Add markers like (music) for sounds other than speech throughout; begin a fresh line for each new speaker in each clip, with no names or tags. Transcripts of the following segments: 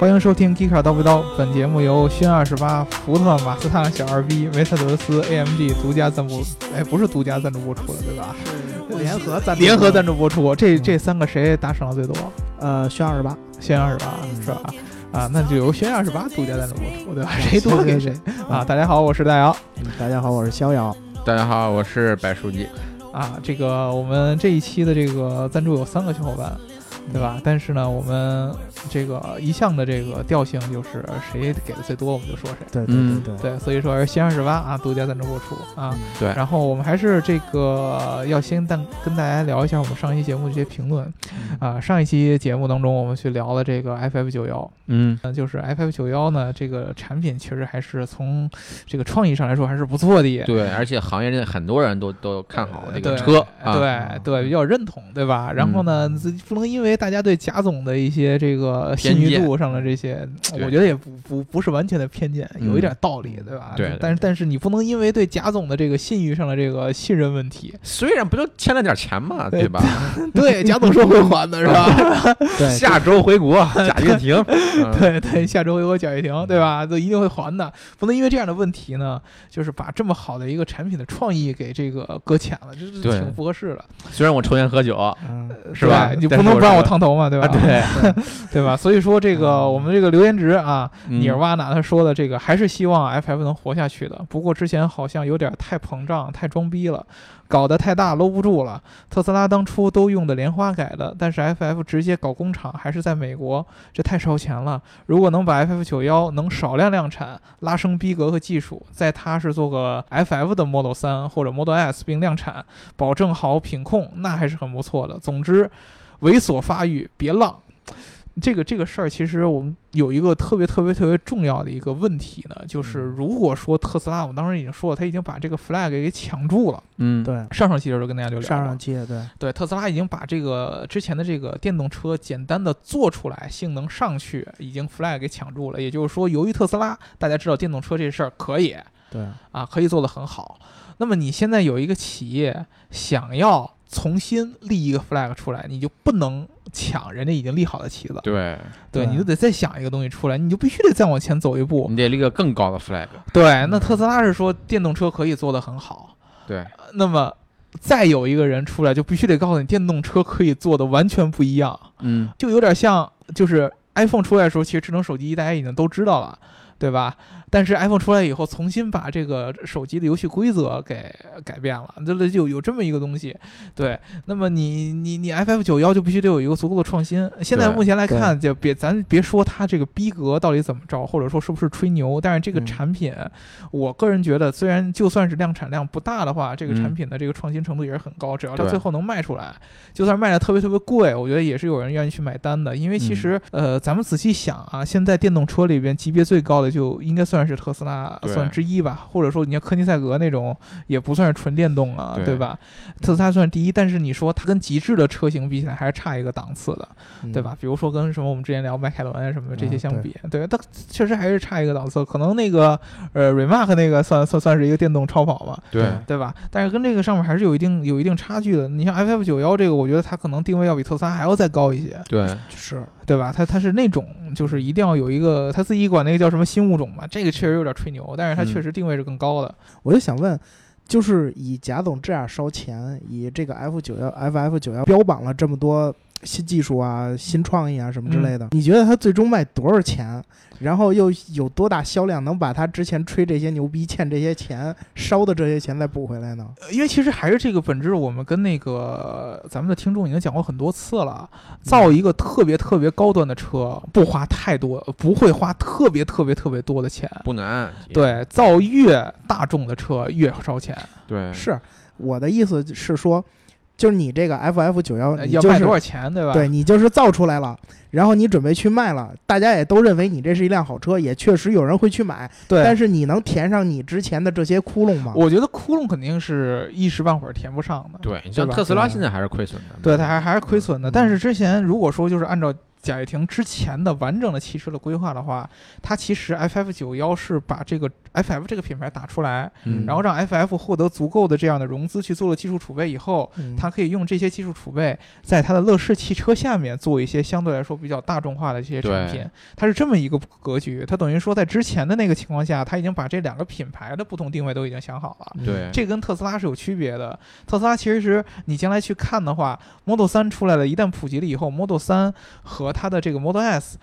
欢迎收听《迪卡刀不刀》，本节目由轩二十八、福特、马斯烫、小二逼、维特德斯、AMG 独家赞助，哎，不是独家赞助播出了，对吧？
嗯联合赞助
联合赞助播出，这
嗯
这三个谁打赏的最多？
呃，轩二十八，
轩二十八是吧？啊，那就由轩二十八独家赞助播出，对吧？谁多给
嗯对
谁
对嗯对
啊！大家好，我是大姚
嗯大家好，我是逍遥。
大家好，我是白书记。
啊。这个我们这一期的这个赞助有三个小伙伴，
嗯
对吧？但是呢，我们这个一向的这个调性就是谁给的最多，我们就说谁。
对对
嗯
对对，
对，所以说还是先二十八啊，独家赞助播出啊。
对
然后我们还是这个要先但跟大家聊一下我们上一期节目的这些评论啊。上一期节目当中，我们去聊了这个 FF 九幺，
嗯
嗯，就是 FF 九幺呢，这个产品确实还是从这个创意上来说还是不错的。
对，而且行业内很多人都都看好这
呃对
个车啊。嗯
对对，比较认同，对吧？然后呢，自不能因为大家对贾总的一些这个信
偏
誉
见嗯
度上的这些，呃
对嗯
我觉得也不不不是完全的偏见，有一点道理，对吧？
对对
但是但是你不能因为对贾总的这个信誉上的这个信任问题， (laughs)
虽然不就欠了点钱嘛，
对
对吧？
(laughs) 对贾总说会还的是吧？
对
(laughs) 下周回国，贾跃
(laughs)
亭。嗯，
对对，下周回我贾跃亭，对吧？都一定会还的，不能因为这样的问题呢，就是把这么好的一个产品的创意给这个搁浅了，这是
对
挺不合适的，
虽然我抽烟喝酒啊，
嗯，
是吧
对你
但
不
是
能
我
不让
是啊
我啊烫头嘛，对吧？
对，
对吧？所以说这个我们这个留言值啊，
嗯
尼尔瓦纳他说的这个还是希望 FF 能活下去的。不过之前好像有点太膨胀、太装逼了，搞得太大搂不住了。特斯拉当初都用的莲花改的，但是 FF 直接搞工厂还是在美国，这太烧钱了。如果能把 FF 九幺能少量量产，拉升逼格和技术，再踏实做个 FF 的 Model 三或者 Model S 并量产，保证好品控，那还是很不错的。总之，猥琐发育，别浪。这个这个事儿，其实我们有一个特别特别特别重要的一个问题呢，就是
嗯
如果说特斯拉，我们当时已经说了，他已经把这个 flag 给抢住了。
嗯，
对，
上上期的时候跟大家就聊
上
了
上期的对，
对，特斯拉已经把这个之前的这个电动车简单的做出来，性能上去，已经 flag 给抢住了。也就是说，由于特斯拉，大家知道电动车这事儿可以
对，
啊，可以做得很好。那么你现在有一个企业想要重新立一个 flag 出来，你就不能抢人家已经立好的旗子，
对，嗯
对，
对
你就得再想一个东西出来，你就必须得再往前走一步。
你得立个更高的 flag。
对，那特斯拉是说电动车可以做得很好，
对，
那么再有一个人出来，就必须得告诉你电动车可以做的完全不一样。
嗯，
就有点像就是 iPhone 出来的时候，其实智能手机大家已经都知道了，对吧？但是 iPhone 出来以后，重新把这个手机的游戏规则给改变了，这这就有这么一个东西。对，那么你你你 FF 九幺就必须得有一个足够的创新。现在
对
目前来看，就别咱别说它这个逼格到底怎么着，或者说是不是吹牛，但是这个
嗯
产品，我个人觉得，虽然就算是量产量不大的话，这个产
嗯
品的这个创新程度也是很高，只要它
对
最后能卖出来，就算卖的特别特别贵，我觉得也是有人愿意去买单的。因为其实、呃，咱们仔细想啊，现在电动车里边级别最高的就应该算是特斯拉
对
算之一吧，或者说你像科尼赛格那种也不算是纯电动啊，对
对
吧？特斯拉算是第一，但是你说它跟极致的车型比起来，还是差一个档次的，
嗯
对吧？？比如说跟什么我们之前聊迈凯伦啊什么的这些
嗯
相比，对它确实还是差一个档次。可能那个呃 Remark 那个算算算是一个电动超跑吧，
对，
对吧？但是跟这个上面还是有一定有一定差距的。你像 FF 九幺这个，我觉得它可能定位要比特斯拉还要再高一些，
对，
是，
对吧？它它是那种就是一定要有一个，它自己管那个叫什么新物种嘛，这个确实有点吹牛，但是它
嗯
确实定位是更高的。
我就想问，就是以贾总这样烧钱，以这个 F 九幺 FF 九幺标榜了这么多新技术啊、新创意啊什么之类的，你觉得他最终卖多少钱？然后又有多大销量，能把他之前吹这些牛逼、欠这些钱、烧的这些钱再补回来呢？
呃因为其实还是这个本质，我们跟那个咱们的听众已经讲过很多次了，啊
嗯
造一个特别特别高端的车，不花太多，不会花特别特别特别多的钱。
不难。
对，造越大众的车越烧钱，
对，
是我的意思是说，就是你这个 FF 九幺，
呃
哦你
要
就
卖
是
多少钱，对吧？
对你就是造出来了，然后你准备去卖了，大家也都认为你这是一辆好车，也确实有人会去买，
对，
但是你能填上你之前的这些窟窿吗？
我觉得窟窿肯定是一时半会儿填不上的，
啊对，你像嗯
对吧
特斯拉现在还是亏损的。
对，它还还是亏损的。但是之前如果说就是按照贾跃亭之前的完整的汽车的规划的话，它其实 FF 九幺是把这个 FF 这个品牌打出来，
嗯
然后让 FF 获得足够的这样的融资去做了技术储备以后，
嗯
它可以用这些技术储备在它的乐视汽车下面做一些相对来说比较大众化的这些产
对
品，它是这么一个格局。它等于说在之前的那个情况下，它已经把这两个品牌的不同定位都已经想好了。
嗯
对，
这跟特斯拉是有区别的。特斯拉其实是你将来去看的话，Model 3出来了，一旦普及了以后，Model 3和它的这个 Model S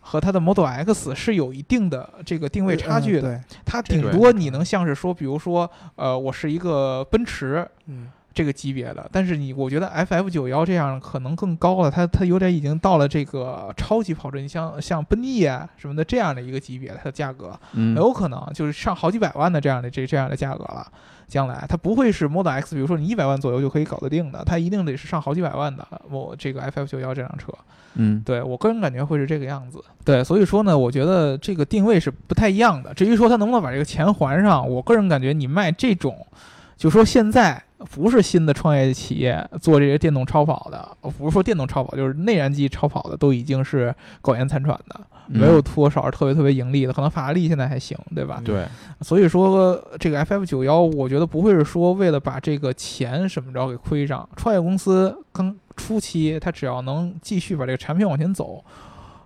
和它的 Model X 是有一定的这个定位差距的。
嗯
它顶多你能像是说，比如说，呃，我是一个奔驰。
对，嗯，
这个级别的，但是你我觉得 F F 九幺这样可能更高了，它它有点已经到了这个超级跑车，你像像奔逸啊什么的这样的一个级别，它的价格，
嗯
很有可能就是上好几百万的这样的这这样的价格了。将来它不会是 Model X，比如说你一百万左右就可以搞得定的，它一定得是上好几百万的。我这个 FF 九幺这辆车，
嗯，
对我个人感觉会是这个样子。对，所以说呢，我觉得这个定位是不太一样的。至于说它能不能把这个钱还上，我个人感觉你卖这种，就说现在不是新的创业企业做这些电动超跑的，呃不是说电动超跑，就是内燃机超跑的，都已经是苟延残喘的，没有多少是特别特别盈利的。可能法拉利现在还行，对吧？
嗯对，
所以说这个 FF 九幺，我觉得不会是说为了把这个钱什么着给亏上。创业公司刚初期，它只要能继续把这个产品往前走，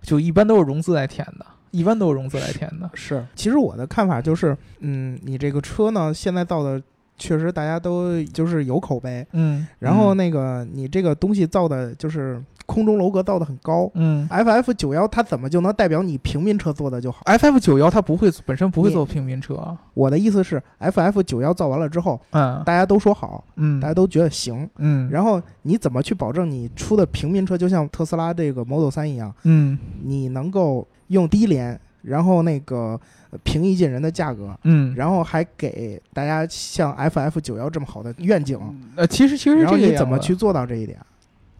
就一般都是融资来填的，一般都是融资来填的。
是。其实我的看法就是，嗯，你这个车呢，现在造的确实大家都就是有口碑，
嗯
然后那个你这个东西造的就是空中楼阁造的很高。
嗯
FF 九幺它怎么就能代表你平民车做的就好？
，FF 九幺它不会本身不会做平民车，啊
我的意思是，FF 九幺造完了之后，
嗯
大家都说好，大家
嗯
都觉得行，
嗯，
然后你怎么去保证你出的平民车，就像特斯拉这个 Model 3一样，
嗯
你能够用低廉，然后那个呃平易近人的价格，
嗯，
然后还给大家像 FF 九幺这么好的愿景，
呃，其实其实
然后
这
你
个
怎么
样子
去做到这一点？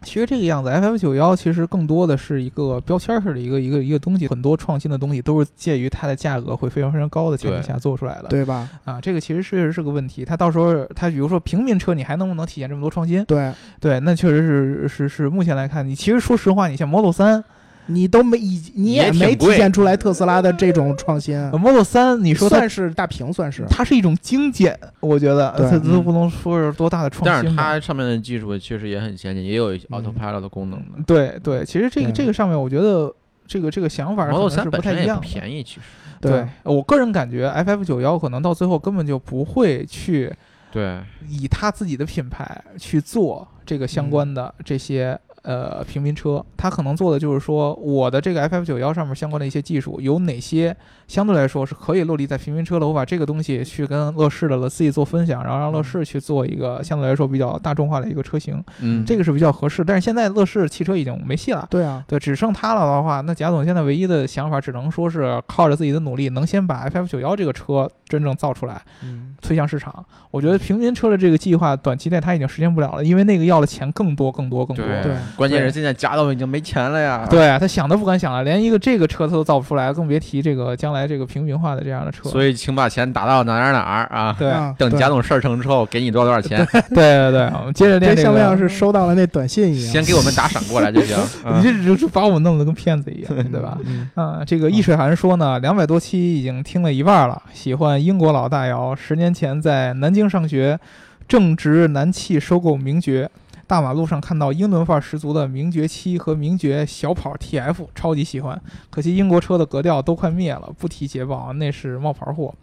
其实这个样子，FF 九幺其实更多的是一个标签式的一个一个一个东西，很多创新的东西都是介于它的价格会非常非常高的前提下做出来的。
对吧？
啊，这个其实确实是个问题。它到时候它比如说平民车，你还能不能体现这么多创新？
对
对，那确实是是是目前来看，你其实说实话，你像 Model 三、
嗯你都没以你
也挺
没体
贵
现出来特斯拉的这种创新，
呃 Model 三，你
你
说它
嗯算是大屏，算是
它是一种精简，我觉得
对
它都
嗯
不能说是多大的嗯创新吧。
但是它上面的技术确实也很先进，也有 autopilot 的功能的。
对对，其实这个
对
这个上面，我觉得这个这个想法可
Model
能
三
是不
本
太
身
一
也
样
不
的。
便宜，其实
对呃我个人感觉，FF 九幺可能到最后根本就不会去
对，
以他自己的品牌去做这个相关的这些、呃平民车，他可能做的就是说，我的这个 FF 九幺上面相关的一些技术有哪些相对来说是可以落地在平民车的，我把这个东西去跟乐视的了自己做分享，然后让乐视去做一个相对来说比较大众化的一个车型，
嗯，
这个是比较合适。但是现在乐视汽车已经没戏了。
对啊，
对，只剩他了的话，那贾总现在唯一的想法只能说是靠着自己的努力，能先把 FF 九幺这个车真正造出来，
嗯，
推向市场。我觉得平民车的这个计划，短期内它已经实现不了了，因为那个要的钱更多、更多、更多。
对啊
对，
关键是现在贾导已经没钱了呀。
对啊他想都不敢想了，连一个这个车他都造不出来，更别提这个将来这个平民化的这样的车。
所以请把钱打到哪儿哪儿哪儿啊！
对
啊
等
对
贾总事儿成之后，给你多少多少钱，
对对对，我们接着练
这
这
像不像
个。
是收到了那短信一样？
先给我们打赏过来就行。
你
嗯
这只是把我弄得跟骗子一样，对吧？
嗯？
啊、这个易水寒说呢，两百多期已经听了一半了，喜欢英国老大姚，十年前在南京上学，正值南汽收购名爵，大马路上看到英伦范儿十足的名爵七和名爵小跑 TF，超级喜欢。可惜英国车的格调都快灭了，不提捷豹，那是冒牌货。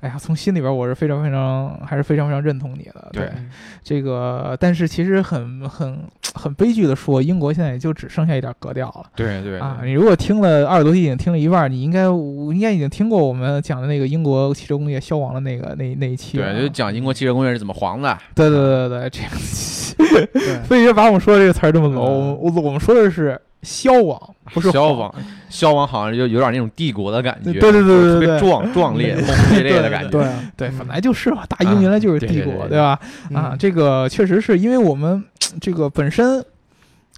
哎呀，从心里边我是非常非常还是非常非常认同你的。
对
嗯
这个，但是其实很很很悲剧的说，英国现在也就只剩下一点格调了。
对对
啊，
对
你如果听了二十多期，已经听了一半儿，你应该我应该已经听过我们讲的那个英国汽车工业消亡的那个那那一期了啊。
对，就讲英国汽车工业是怎么黄的。
对对对对对，这 (laughs) 个
对，
非得把我们说的这个词儿这么 low，
嗯
我我们说的是消亡，不是
消
黄
亡，消亡好像就有点那种帝国的感觉，
对对对对对
特别
对
壮壮烈、轰轰烈烈的感
(laughs)
觉。
对啊，
对，
嗯
本来就是嘛，大英原来就是帝国，
啊对对对对
对吧？(laughs)
嗯
啊，这个确实是因为我们这个本身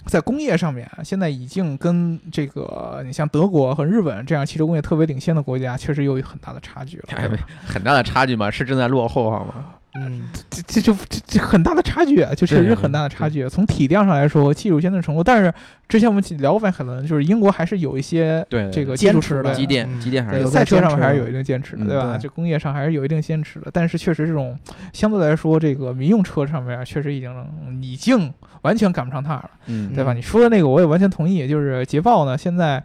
在工业上面啊，现在已经跟这个你像德国和日本这样汽车工
哎
业特别领先的国家，确实有很大的差距了。对吧
很大的差距嘛，是正在落后好吗？
嗯
这这就这这很大的差距，啊，就确实是很大的差距。从体量上来说和技术先进程度，但是之前我们聊过迈凯伦，就是英国还是有一些
对
这个技
坚
术
持
储
的
备，
机电
嗯
机电还
对
是
有
有
在
赛车
坚
上面还
持
是
的
有一定坚持的，
嗯
对吧？
对
这工业上还是有一定坚持的，但是确实这种相对来说，这个民用车上面确实已经嗯已经完全赶不上趟了，
嗯
对吧？
嗯
你说的那个我也完全同意，就是捷豹呢，现在。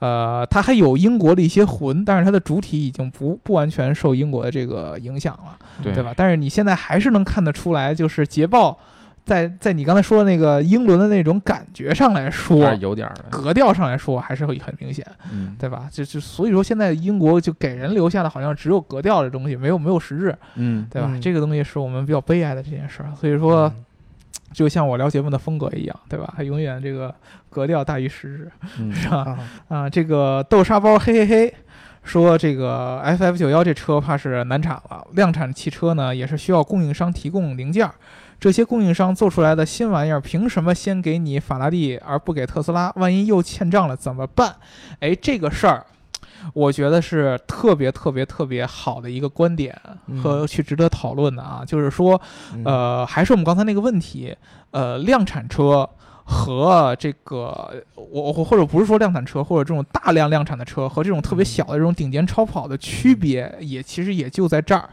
呃，它还有英国的一些魂，但是它的主体已经不不完全受英国的这个影响了。
对
对吧？但是你现在还是能看得出来，就是捷豹在在你刚才说的那个英伦的那种感觉上来
还
说
啊是，有点儿的，
格调上来说还是会很明显，
嗯
对吧？就就所以说现在英国就给人留下的好像只有格调这东西，没有没有实质，
嗯
对吧？
嗯
这个东西是我们比较悲哀的这件事儿。所以说，
嗯
就像我聊节目的风格一样，对吧？它永远这个格调大于实质，
嗯
是吧？
啊，
啊，这个豆沙包嘿嘿嘿，说这个 FF 九幺这车怕是难产了，量产汽车呢也是需要供应商提供零件儿，这些供应商做出来的新玩意儿，凭什么先给你法拉利而不给特斯拉？万一又欠账了怎么办？哎，这个事儿。我觉得是特别特别特别好的一个观点
嗯
和去值得讨论的啊，就是说，
嗯，
呃，还是我们刚才那个问题，呃，量产车和这个我我或者不是说量产车，或者这种大量量产的车和这种特别小的这种顶尖超跑的区别，也其实也就在这儿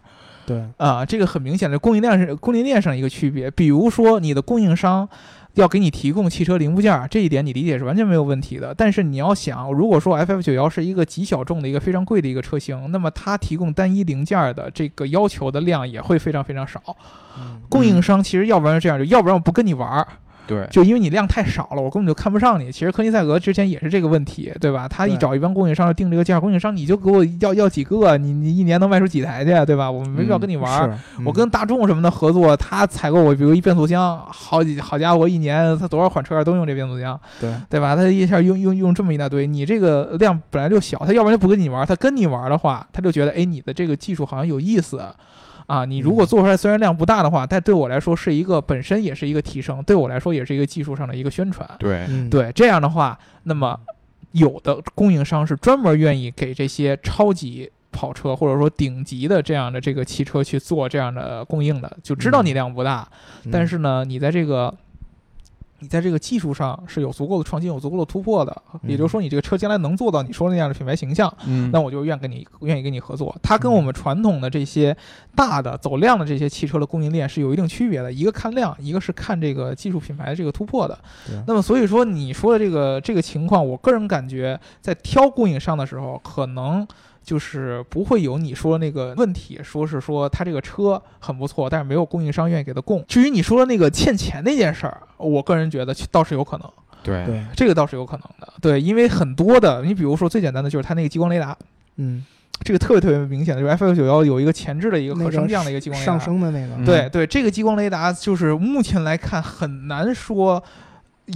对，
啊、这个很明显的供应链是供应链上的一个区别。比如说你的供应商。要给你提供汽车零部件儿，这一点你理解是完全没有问题的。但是你要想，如果说 FF 九幺是一个极小众的一个非常贵的一个车型，那么它提供单一零件儿的这个要求的量也会非常非常少。
嗯哎
供应商其实要不然是这样，就要不然我不跟你玩儿，
对
就因为你量太少了，我根本就看不上你。其实科尼塞格之前也是这个问题，对吧？他一
对
找一帮供应商就定这个价，供应商你就给我要要几个，啊你你一年能卖出几台去，啊对吧？我们没必要跟你玩儿。
是嗯
我跟大众什么的合作，他采购我，比如一变速箱，好几好家伙，一年他多少款车都用这变速箱，
对
对吧？他一下用用用这么一大堆，你这个量本来就小，他要不然就不跟你玩儿，他跟你玩儿的话，他就觉得哎，你的这个技术好像有意思。啊，你如果做出来虽然量不大的话，但对我来说是一个本身也是一个提升，对我来说也是一个技术上的一个宣传。
对
嗯
对，这样的话，那么有的供应商是专门愿意给这些超级跑车或者说顶级的这样的这个汽车去做这样的供应的，就知道你量不大，
嗯
但是呢，你在这个。你在这个技术上是有足够的创新、有足够的突破的，
嗯
也就是说，你这个车将来能做到你说的那样的品牌形象，
嗯
那我就愿跟你愿意跟你合作。它跟我们传统的这些大的走量的这些汽车的供应链是有一定区别的，一个看量，一个是看这个技术品牌的这个突破的
对。
那么所以说你说的这个这个情况，我个人感觉在挑供应商的时候，可能。就是不会有你说那个问题，说是说他这个车很不错，但是没有供应商愿意给他供。至于你说的那个欠钱那件事儿，我个人觉得倒是有可能，
对
对，
这个倒是有可能的。对，因为很多的，你比如说最简单的就是它那个激光雷达，
嗯，
这个特别特别明显的，就是 F 九幺有一个前置的一个
那
可
个
升降的一个激光雷达。
上升的那个，
嗯
对对，这个激光雷达就是目前来看很难说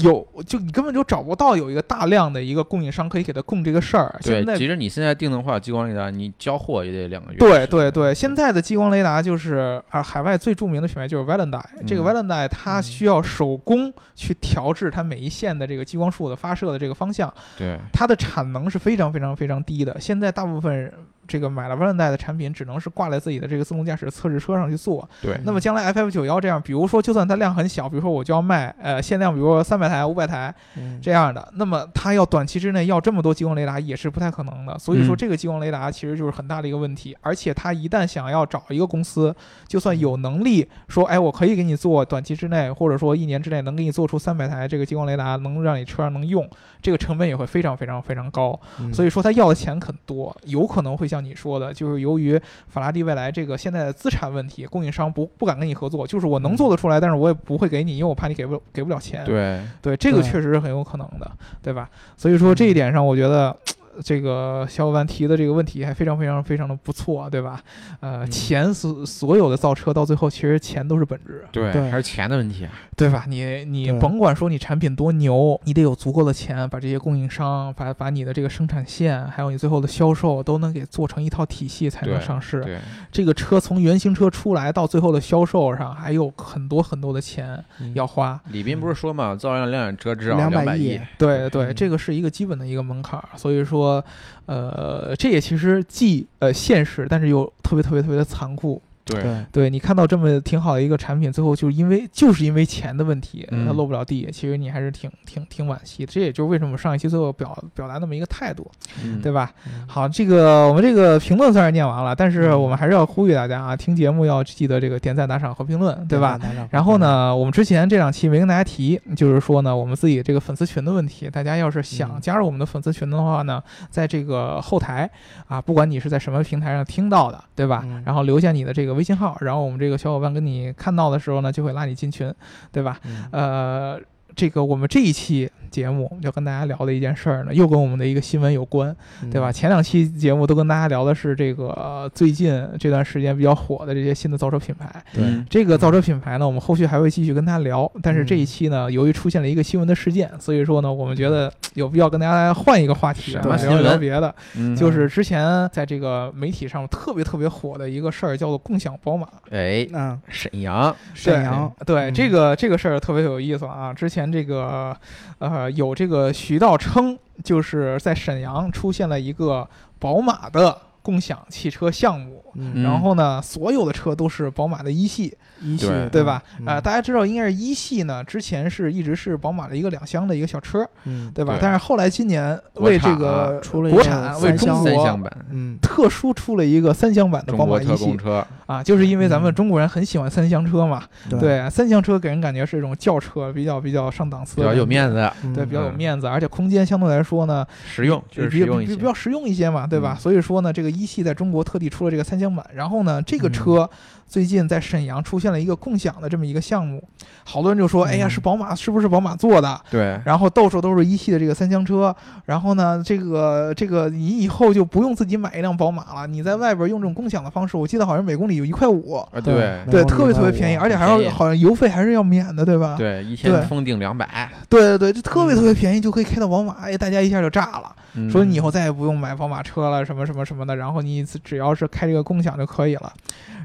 有，就你根本就找不到有一个大量的一个供应商可以给它供这个事儿。现在
对，其实你现在定的话，激光雷达你交货也得两个月。嗯
对对对，现在的激光雷达就是啊，海外最著名的品牌就是 Valentine、这个
嗯
Valentine 它
嗯
需要手工去调制它每一线的这个激光束的发射的这个方向，
对
它的产能是非常非常非常低的。现在大部分这个买了万代的产品，只能是挂在自己的这个自动驾驶测试车上去做。
嗯
对
那么将来 FF 九幺这样，比如说就算它量很小，比如说我就要卖呃限量，比如说三百台、五百台
嗯
这样的，那么它要短期之内要这么多激光雷达也是不太可能的。所以说
嗯
这个激光雷达其实就是很大的一个问题，而且它一旦想要找一个公司，就算有能力说，哎，我可以给你做短期之内，或者说一年之内能给你做出三百台这个激光雷达，能让你车上能用，这个成本也会非常非常非常高。
嗯
所以说他要的钱很多，有可能会像你说的，就是由于法拉第未来这个现在的资产问题，供应商不不敢跟你合作，就是我能做得出来，但是我也不会给你，因为我怕你给不给不了钱。
对
对这个
对嗯
确实是很有可能的，对吧？所以说这一点上，我觉得。这个小伙伴提的这个问题还非常非常非常的不错，对吧？呃，
嗯
钱所所有的造车到最后其实钱都是本质，
对
对
还是钱的问题啊。
对吧？你你
对
甭管说你产品多牛，你得有足够的钱把这些供应商，把把你的这个生产线，还有你最后的销售都能给做成一套体系才能
对
上市。
对，
这个车从原型车出来到最后的销售上，还有很多很多的钱
嗯
要花。
李斌不是说嘛，造辆量产车至少
两
百
百亿，
对对，
嗯
这个是一个基本的一个门槛儿。所以呃说，呃，这也其实既呃现实，但是又特别特别特别的残酷。
对
对，
对你看到这么挺好的一个产品，最后就是因为就是因为钱的问题，
嗯
它落不了地，其实你还是挺挺挺惋惜的。这也就是为什么上一期最后表表达那么一个态度，
嗯嗯
对吧？好，这个我们这个评论虽然念完了，但是我们还是要呼吁大家啊，听节目要记得这个点赞、打赏和评论，对吧？
打赏？
然后呢，
嗯
我们之前这两期没跟大家提，就是说呢，我们自己这个粉丝群的问题，大家要是想
嗯
加入我们的粉丝群的话呢，在这个后台啊，不管你是在什么平台上听到的，对吧？
嗯
然后留下你的这个微信号，然后我们这个小伙伴跟你看到的时候呢，就会拉你进群，对吧？
嗯，
呃，这个我们这一期节目要跟大家聊的一件事儿呢，又跟我们的一个新闻有关，
嗯
呃对吧？？前两期节目都跟大家聊的是这个、呃最近这段时间比较火的这些新的造车品牌。
对，嗯
嗯
这个造车品牌呢，我们后续还会继续跟大家聊。但是这一
嗯
期呢，由于出现了一个新闻的事件，所以说呢，我们觉得 (laughs) 有必要跟大家换一个话题，
什
我
么
们
新
聊一聊
闻
别的。
嗯
就是之前在这个媒体上特别特别火的一个事儿，叫做共享宝马。
哎，
嗯，
沈阳，
沈阳
对
嗯
这个这个事儿特别有意思啊！之前这个呃有这个徐道称，就是在沈阳出现了一个宝马的共享汽车项目。
嗯
嗯
然后呢，所有的车都是宝马的一系，
一系
对
对吧？
嗯
啊、大家知道，应该是一系呢，之前是一直是宝马的一个两厢的一个小车，
嗯
对吧？
对
但是后来今年
国
为这
产
个
啊
出了一
国
个
产为
三
中
厢
三
国
厢版
嗯
特殊出了一个三厢版的
中
宝马
国
一
特
系
供车，
啊，就是因为咱们
嗯
中国人很喜欢三厢车嘛，
对
对，啊三厢车给人感觉是一种轿车，比较比较上档次，
比较有面，子，
嗯
对，比较有面子，而且空间相对来说呢，
实用，就是
比
实用
比
一
比
些
比。较实用一些嘛，对吧？
嗯
所以说呢，这个一系在中国特地出了这个三厢版，然后呢，这个
嗯
车最近在沈阳出现了一个共享的这么一个项目，好多人就说，哎呀，
嗯
是宝马，是不是宝马做的？
对，啊
然后到处都是一系的这个三厢车，然后呢，这个这个你以后就不用自己买一辆宝马了，你在外边用这种共享的方式，我记得好像每公里有一块五，
啊
对
对
那
对，
然
特
后
别
另
特
外
别便宜，
我
而且还
便
要
宜
好像油费还是要免的，对吧？
对，嗯一
对
千封顶两百，
对对对，就特别特别便宜，就可以开到宝马，哎，大家一下就炸了，
嗯
说你以后再也不用买宝马车了，什么什么什么的，然后你只只要是开这个共享就可以了，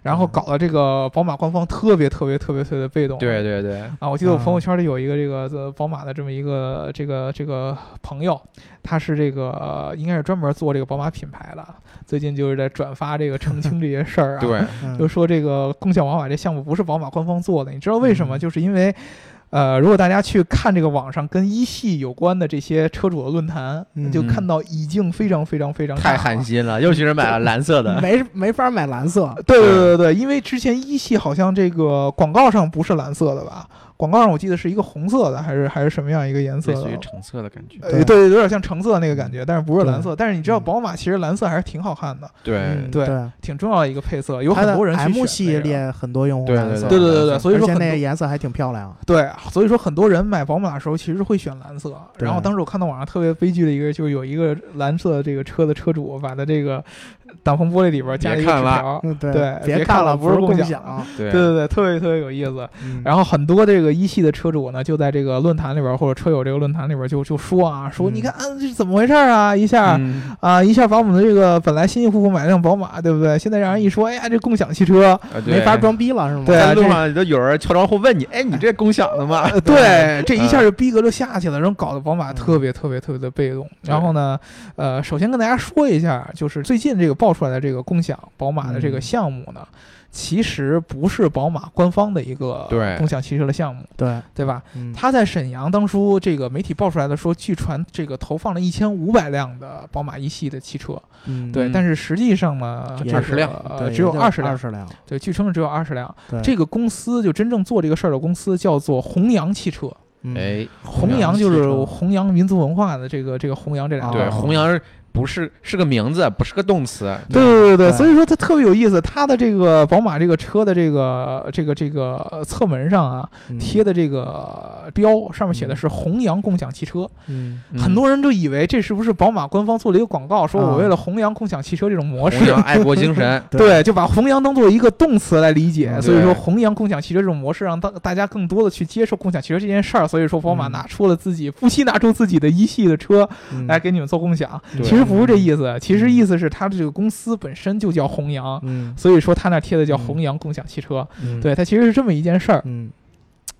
然后
嗯
搞得这个宝马官方特别特别特别特别被动，
对嗯对对，
啊，我记得我
啊
朋友圈里有一个这个呃宝马的这么一个这个这个朋友，他是这个、呃应该是专门做这个宝马品牌的，最近就是在转发这个澄清这些事儿啊，
(laughs) 对，
嗯
就说这个共享宝马这项目不是宝马官方做的，你知道为什么？
嗯
就是因为，呃，如果大家去看这个网上跟一系有关的这些车主的论坛，
嗯
就看到已经非常非常非常
(laughs) 太
寒
寒。心了，又去人买了蓝色的，
嗯没没法买蓝色，
对对
嗯
对对对，因为之前一系好像这个广告上不是蓝色的吧？广告上我记得是一个红色的，还是还是什么样一个颜色
类
的
似？于橙色的感觉，
呃，
对
对，有点像橙色那个感觉，但是不是蓝色。但是你知道，
嗯
宝马其实蓝色还是挺好看的，
对
嗯
对
对，
挺重要的一个配色，有
它
很
的
多人去选
M
那
系
个
列很多用户
对
蓝
对
色，
对对对对，所以说
而且
很多
那个颜色还挺漂亮。啊
对，所以说很多人买宝马的时候其实会选蓝色。
对
然后当时我看到网上特别悲剧的一个，就是有一个蓝色的这个车的车主把他这个挡风玻璃里边加了一个纸
别看了
条。
嗯，对
对别
别
看了
了，
不
不
是
是
共
共
享
享。
对
对对对，特别特别有意思。
嗯
然后很多这个一系的车主呢，就在这个论坛里边或者车友这个论坛里边就就说啊，说
嗯
你看、啊、这是怎么回事啊？一下、
嗯
啊，一下把我们的这个本来辛辛苦苦买的辆宝马，对不对？现在让人一说，哎呀，这共享汽车，
啊对
没法装逼了是吗？
对啊
在路
这
上都有人敲窗户问你，哎，你这共享的吗？
呃，对，这一下就逼格就下去了，然后搞得宝马特别特别特别的被动。然后呢，呃，首先跟大家说一下，就是最近这个爆出来的这个共享宝马的这个项目呢，其实不是宝马官方的一个
对
共享汽车的项目，
对，
对吧？
嗯，
啊它在沈阳当初这个媒体爆出来的说，据传这个投放了一千五百辆的宝马一系的汽车，
嗯
对，
嗯
但是实际上呢，
也
这个
20辆
呃
对
只有
也就
二十
二
辆，
十辆，
对，据称只有二十辆。
对
这个公司就真正做这个事儿的公司叫做弘扬汽车。
嗯
哎，
弘扬就是弘扬民族文化的这个这个弘扬这两个字
对，
儿。
哦
弘扬不是是个名字，不是个动词，
对对对对，
对
所以说它特别有意思。它的这个宝马这个车的这个这个这个呃侧门上啊
嗯
贴的这个标上面写的是“弘扬共享汽车”，
嗯
嗯
很多人就以为这是不是宝马官方做了一个广告，说我
啊
为了弘扬共享汽车这种模
弘
式
扬。爱国精神，
对，就把弘扬当做一个动词来理解，
嗯
所以说
对
弘扬共享汽车这种模式，让大大家更多的去接受共享汽车这件事儿。所以说，宝马
嗯
拿出了自己不惜拿出自己的一系的车
嗯
来给你们做共享。
对
哎其实不是这意思，其实意思是它这个公司本身就叫弘扬，
嗯
所以说它那贴的叫弘扬共享汽车。
嗯
对，它其实是这么一件事儿。
嗯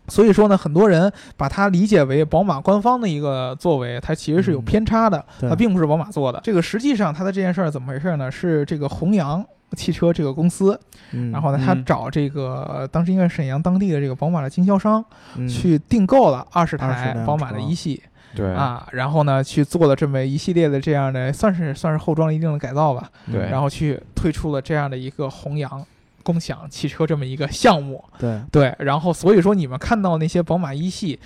所以说呢，很多人把它理解为宝马官方的一个作为，它其实是有偏差的，
对
它并不是宝马做的。这个实际上它的这件事儿怎么回事呢？是这个弘扬。汽车这个公司，
嗯
然后呢，他
嗯
找这个当时因为沈阳当地的这个宝马的经销商
嗯
去订购了二十
20
台
辆
宝马的
车
一系
对，
啊，然后呢去做了这么一系列的这样的，算是算是后装了一定的改造吧，
嗯
对
然后去推出了这样的一个弘扬共享汽车这么一个项目。
对
对，然后所以说你们看到那些宝马一系，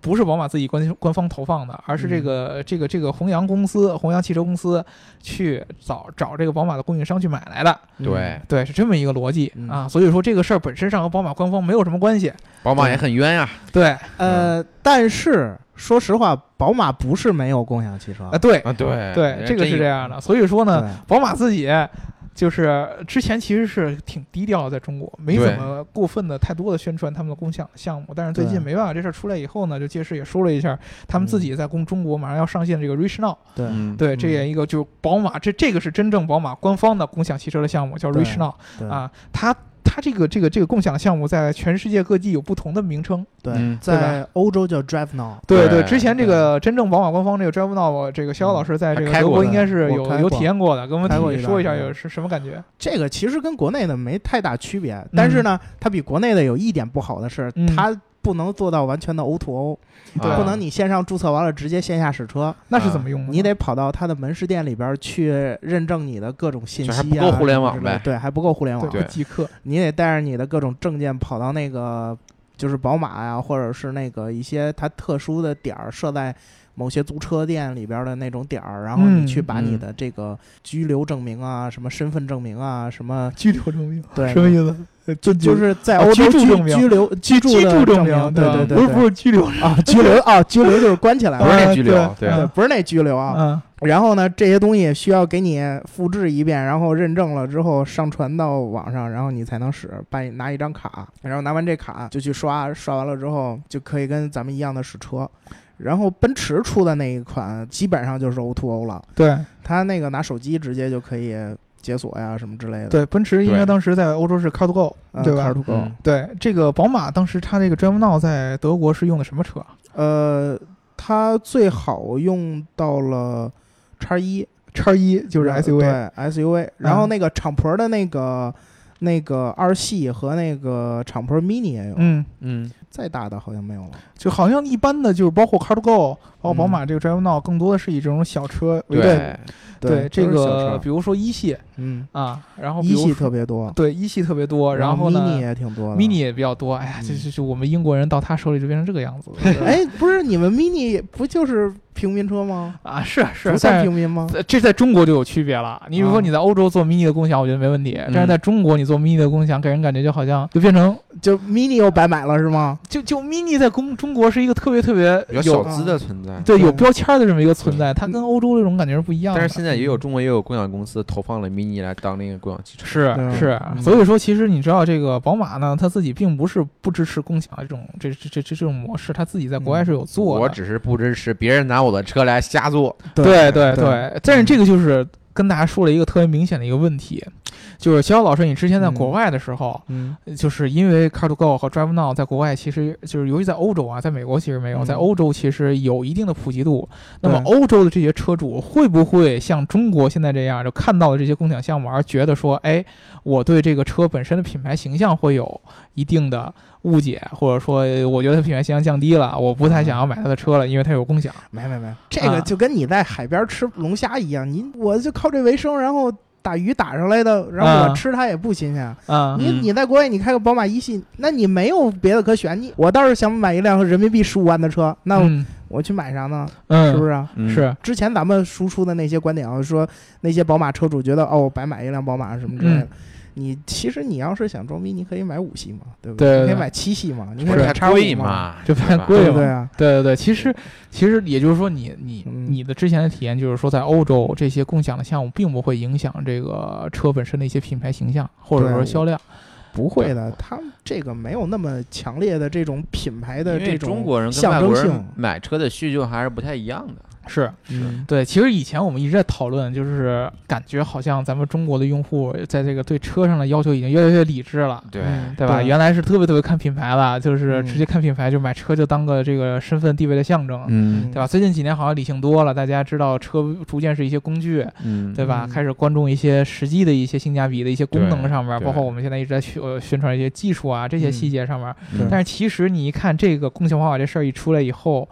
不是宝马自己官官方投放的，而是这个、这个这个弘扬公司、弘扬汽车公司去找找这个宝马的供应商去买来的。
对，
对，是这么一个逻辑、
嗯
啊。所以说这个事儿本身上和宝马官方没有什么关系。
宝马也很冤呀，
对，啊、
呃，但是说实话，宝马不是没有共享汽车，
对
啊，对
对，呃这个是这，样的。所以说呢，
对
宝马自己。就是之前其实是挺低调的，在中国没
对
怎么过分的太多的宣传他们的共享项目，但是最
对嗯
近没办法，这事儿出来以后呢，就借势也说了一下，他们自己在公中国马上要上线这个 Reach Now，
对
嗯，
对，这也一个就是宝马，这这个是真正宝马官方的共享汽车的项目，叫
对
Reach Now
对
啊，它它这个这个这个共享项目在全世界各地有不同的名称，
对
嗯，
在欧洲叫 Drive Now，
对
对
之前这个真正宝马官方这个 Drive Now 这个逍遥老师在这个
他开
德
过
国
的
应该是
我
有
嗯开
有
过
体验过的，跟我
开过
们
一
体说一下
段
有
对
是什么感觉？
这个其实跟国内的没太大区
嗯
别，但是呢，它比国内的有一点不好的是，
嗯
它不能做到完全的 O to O，
对
不能你线上注册完了直接线下试车，
那是怎么用
嗯
的呢？
你得跑到它的门市店里边去认证你的各种信息、啊，
就还不够互联网
什么之类的
呗
对，还不够互联网，
对
对
不即刻，
你得带着你的各种证件跑到那个就是宝马呀、或者是那个一些它特殊的点儿设在。某些租车店里边的那种点儿，然后你
嗯
去把你
嗯
的这个居留证明啊、什么身份证明啊、什么
拘留证明
对
什么意思？呃就
就是在
哦
欧
居
洲
住
啊居
证明
居留啊居住
居
的
住证
明，
对
对
吧
对对，
不是不
对
是拘留，
(laughs) 啊，居留啊，居留就是关起来
不是
了，
那拘留
啊对
对
对，不是那拘留啊。
嗯，
然后呢，这些东西需要给你复制一遍，然后认证了之后上传到网上，然后你才能使，办拿一张卡，然后拿完这卡就去刷，刷完了之后就可以跟咱们一样的使车。然后奔驰出的那一款基本上就是 O to O 了，
对
它那个拿手机直接就可以解锁呀什么之类的，
对，奔驰应该当时在欧洲是 Car to Go，
呃
对吧
？Car to Go，
嗯
对，这个宝马当时它这个 Drive Now 在德国是用的什么车啊
呃，它最好用到了叉一，
叉一就是 SUV，
对 SUV，然
嗯
后那个敞篷的那个。那个二系和那个敞篷 mini 也有，
嗯，
嗯，
再大的好像没有了。
就好像一般的就是包括 Car to Go，包括哦宝马这个 Drive Now，更多的是以这种小车为主。
对，
对这
都是小
个，
车
比如说一系
嗯，
啊，然后比
一
如
系
说
特别多，
对一系特别多，然后
，mini
呢
也挺
嗯
多的。
，mini 也比较多。哎呀，这
嗯
这这我们英国人到他手里就变成这个样子了。
(laughs)
哎，不是你们 mini 不就是平民车吗？
啊，是是
不，算
但
平
是。
民吗？
在这在中国就有区别了。你比如说，
嗯
你在欧洲做 mini 的共享，我觉得没问题。但是
嗯
在中国，你做 mini 的共享，给人感觉就好像就变成
就 mini 又白买了是吗？
就就 mini 在中中国是一个特别特别
比较
有嗯
小资的存在。
对有
对
标签儿的这么一个存在，它
嗯
跟欧洲这种感觉是不一样的。
但是现在也有中国也有共享公司投放了 mini 来当那个共享汽车，
是
对
是，
嗯
所以说其实你知道这个宝马呢，它自己并不是不支持共享这种这这这这这种模式，它自己在国外
嗯
是有做的。
我只是不支持别人拿我的车来瞎做，
对对
对
对，但是这个就是跟大家说了一个特别明显的一个问题，就是肖肖老师，你之前在国
嗯
外的时候，
嗯，
就是因为 Car to Go 和 Drive Now 在国外其实就是，尤其在欧洲啊，在美国其实没有，
嗯
在欧洲其实有一定的普及度。那么
对
欧洲的这些车主会不会像中国现在这样，就看到了这些共享项目而觉得说，哎，我对这个车本身的品牌形象会有一定的误解，或者说呃我觉得它品牌形象降低了，我不
嗯
太想要买它的车了，因为它有共享。
没没没，这
啊
个就跟你在海边吃龙虾一样，你我就靠这为生，然后打鱼打上来的，然后
啊
我吃它也不新鲜。
啊、
你
嗯
你在国外你开个宝马一系，那你没有别的可选。你我倒是想买一辆人民币十五万的车，那我
嗯
我去买啥呢？
嗯，
是不是啊？
嗯
是
之前咱们输出的那些观点啊，说那些宝马车主觉得哦，我白买一辆宝马什么之
嗯
类的。你其实你要是想装逼，你可以买五系嘛，对不
对
你可
对
以买七系嘛，你可
不
以
是
买
太
叉
贵
五嘛，
嘛，
就太
对吧
贵
对
了
不对啊？
对对对，其实其实也就是说你，你你
嗯
的之前的体验就是说，在欧洲这些共享的项目并不会影响这个车本身的一些品牌形象或者
对
说销量。
不会的，他们这个没有那么强烈的这种品牌的
因
这
为
种
中国人跟
象
外国
征
人
性。
买车的需求还是不太一样的。
是
嗯
对，其实以前我们一直在讨论，就是感觉好像咱们中国的用户在这个对车上的要求已经越来越理智了。
对
嗯
对吧？
对
原来是特别特别看品牌了，就是
嗯
直接看品牌，就买车就当个这个身份地位的象征，
嗯
对吧？最近几年好像理性多了，大家知道车逐渐是一些工具，
嗯
对吧？
嗯
开始关注一些实际的一些性价比的一些功能上面，
对对
包括我们现在一直在宣呃宣传一些技术啊这些
嗯
细节上面。
对
但是其实你一看这个共享方法这事儿一出来以后，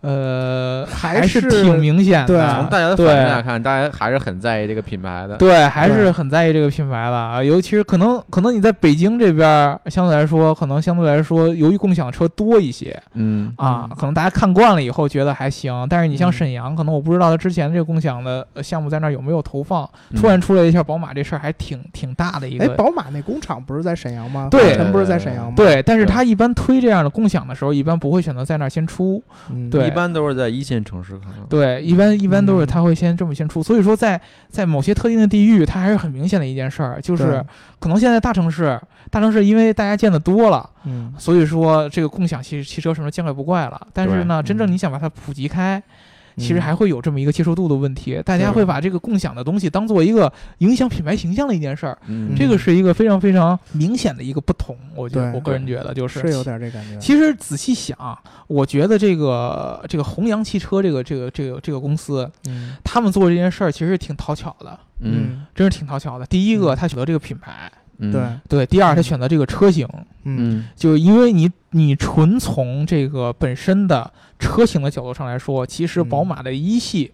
呃，
还
还是
是
挺明显
对
的，
啊
从大家的反
对
应来看，大家还是很在意这个品牌的。
对，还
对
是很在意这个品牌的啊，尤其是可能可能你在北京这边儿，相对来说，可能相对来说，由于共享车多一些
嗯
啊
嗯，
可能大家看惯了以后觉得还行，但是你像
嗯
沈阳，可能我不知道它之前这个共享的呃项目在那儿有没有投放，
嗯
突然出来一下宝马这事儿，还挺挺大的一
哎，
个。
宝马那工厂不是在沈阳吗？
对
华晨不是在沈阳吗？，
对，但是
对
它一般推这样的共享的时候，一般不会选择在那儿先出，
嗯、
对
一般都是在一线城市可能。
对，一般一般都是
嗯
他会先这么先出，所以说在在某些特定的地域，它还是很明显的一件事儿，就是
对
可能现在大城市，大城市因为大家见的多了，
嗯，
所以说这个共享汽汽车什么见怪不怪了。但是呢，
对
真正
嗯
你想把它普及开，
嗯
其实还会有这么一个接受度的问题，大家
对
会把这个共享的东西当做一个影响品牌形象的一件事儿，
嗯
这个是一个非常非常明显的一个不同。我觉得
对
我个人觉得就是
是有点这感觉。
其实仔细想，我觉得这个这个弘扬汽车这个这个这个这个公司，
嗯
他们做这件事儿其实挺讨巧的，
嗯
真是挺讨巧的。第一个，
嗯
他选择这个品牌，
嗯
对，
对；第二，
嗯
他选择这个车型，
嗯
嗯
就是因为你你纯从这个本身的车型的角度上来说，其实
嗯
宝马的一系。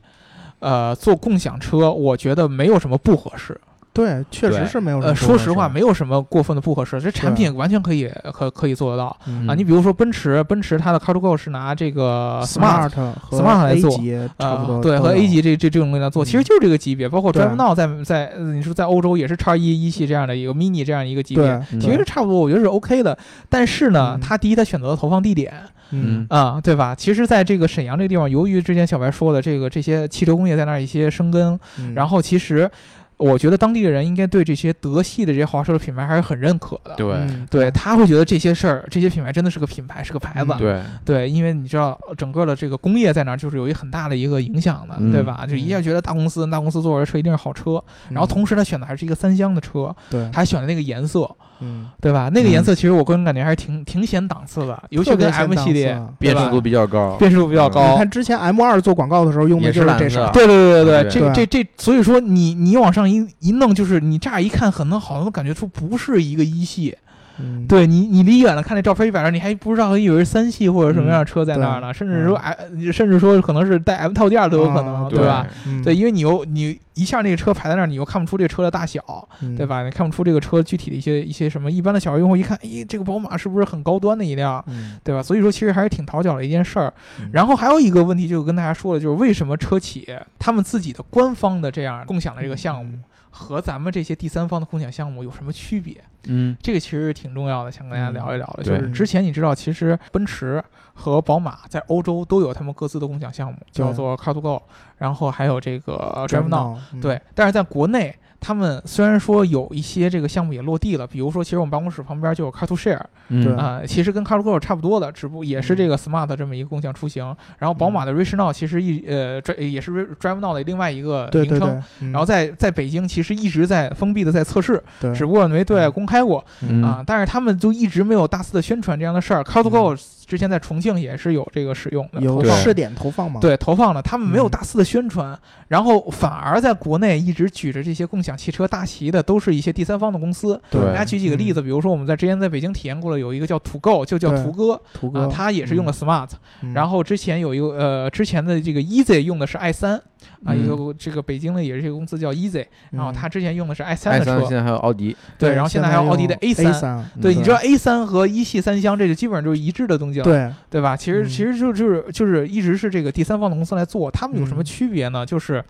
呃，做共享车，我觉得没有什么不合适。
对，确实
对
是没有什么
呃，
不合
说
适。
实话，没有什么过分的不合适，这产
对啊
品完全可以可可以做得到。
嗯
啊，你比如说奔驰，奔驰它的 Car to Go 是拿这个呃 Smart。
smart 和
Smart 来
A
做
级差不
呃
多，
对，和
都有嗯
A 级这这这种东西来做，其实就是这个级别，包括
对啊
Drive Now 在在呃你说在欧洲也是叉一一系这样的一个 Mini 这样一个级别，
对，
嗯
其实差不多，我觉得是 OK 的。但是呢
嗯，
它第一它选择了投放地点
嗯
啊，对吧？其实，在这个沈阳这个地方，由于之前小白说的这个这些汽车工业在那儿一些生根，
嗯，
然后其实我觉得当地的人应该对这些德系的这些豪车的品牌还是很认可的。
对
嗯
对，他会觉得这些事儿，这些品牌真的是个品牌，是个牌子。
嗯
对，
对，因为你知道整个的这个工业在那儿，就是有一很大的一个影响的，
嗯
对吧？就一下觉得大公司大公司做的车一定是好车，
嗯
然后同时他选的还是一个三厢的车，
对，
他选的那个颜色，
嗯，
对吧？那个颜色其实我个人感觉还是挺挺显档次的，尤其
特别
跟
显
M
档
系列
次嗯啊
对
辨
吧
识度比较高。
辨识度比较
你
高。
看之前 M 二做广告的时候用的
也是
就是这
蓝色
色，
对对对对，
对
这这这，所以说你你往上一一弄，就是你乍一看，可能好像感觉出不是一个一系，
嗯，
对你，你离远了看那照片一摆上，你还不知道以为是三系或者什么样的车在那儿呢，甚至说
嗯
哎，甚至说可能是带 M 套件都有可能，
啊
对吧？？
嗯
对，，因为你又你一下那个车排在那儿，你又看不出这个车的大小，
嗯
对？吧？你看不出这个车具体的一些一些什么。一般的小用户一看，哎，这个宝马是不是很高端的一辆，
嗯
对吧？所以说其实还是挺讨巧的一件事儿
嗯。
然后还有一个问题，就跟大家说了，就是为什么车企他们自己的官方的这样共享的这个项
嗯
目和咱们这些第三方的共享项目有什么区别？
嗯
这个其实挺重要的，想跟大家聊一聊的，
嗯
就是
对
之前你知道，其实奔驰和宝马在欧洲都有他们各自的共享项目，
对
叫做 Car to Go，然后还有这个
Drive
Drive Now，
Now，嗯，
对。但是在国内，他们虽然说有一些这个项目也落地了，比如说，其实我们办公室旁边就有 Car to Share
对
啊、其实跟 Car to Go 差不多的，只不过也
嗯
是这个 Smart 这么一个共享出行。然后宝马的 Reach Now 其实一呃，Dri- 也是 Re- Drive Now 的另外一个
对
名
对
称。
对，嗯
然后在在北京其实一直在封闭的在测试，
对
只不过没对外公开过。
嗯
啊，但是他们就一直没有大肆的宣传这样的事儿。Car to Go 之前在重庆也是有这个使用的投
嗯有
放
试点投放嘛？，
对投放了，他们没有
嗯
大肆的宣传，然后反而在国内一直举着这些共享汽车大旗的都是一些第三方的公司。
对
大家举几个例子，比如说我们在之前在北京体验过了，有一个叫土购，就叫
嗯对
途哥
图哥
啊，，他也是用了 Smart，
嗯
然后之前有一个呃，之前的这个 Easy 用的是 i 三啊，
嗯
一个这个北京的也是一个公司叫 Easy，然后他，之前用的是 i 三
艾
的
三
车
现，在还有奥迪，
嗯
对，然后现在还有奥迪的 A
现在用 A 三，
对，
嗯
你知道 A 三和一系三厢，这就基本上就是一致的东西了，
对，
对吧？其实
嗯
其实就就是就是一直是这个第三方的公司来做，他们有什么
嗯
区别呢？就是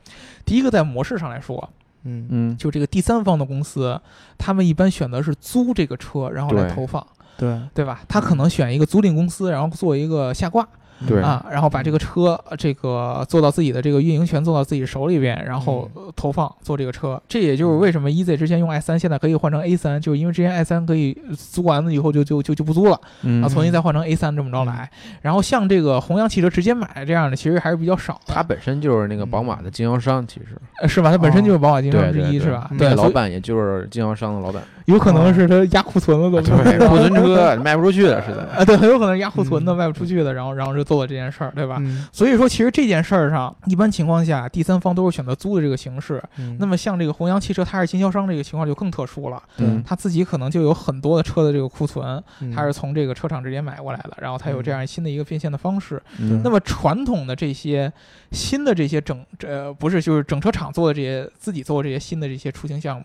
第一个在模式上来说，
嗯，
嗯，
就这个第三方的公司，他们一般选择是租这个车，然后来
对
投放，
对，
对吧？他可能选一个租赁公司，然后做一个下挂，
对
啊，然后把这个车呃这个做到自己的这个运营权做到自己手里边，然后
嗯
呃投放做这个车。这也就是为什么 EZ 之前用 i 三，现在可以换成 A 三，就是因为之前 i 三可以租完了以后就就就就不租了，啊
嗯
然后重新再换成 A 三这么着来。然后像这个弘扬汽车直接买这样的，其实还是比较少
他
的，
本身就是那个宝马的经销商，其实
呃是吧？它本身就是宝马经销
对
商之
对
一，
对
是吧？
嗯
对，
那
所
老
以
板哦也就是经销商的老板，
有可能是他压库存了，
啊
都不知道
库存车卖不出去了似的。
啊，对，很有可能是压库存的，
嗯
卖不出去的，然后然后就做了这件事儿，对吧？
嗯，
所以说，其实这件事儿上，一般情况下，第三方都是选择租的这个形式。那
么
么像这个弘扬汽车，它是经销商，这个情况就更特殊了，
嗯
他自己可能就有很多的车的这个库存，
嗯
他是从这个车厂直接买过来的，然后他有这样新的一个变现的方式。
嗯
那么传统的这些新的这些整呃不是就是整车厂做的这些自己做的这些新的这些出行项目，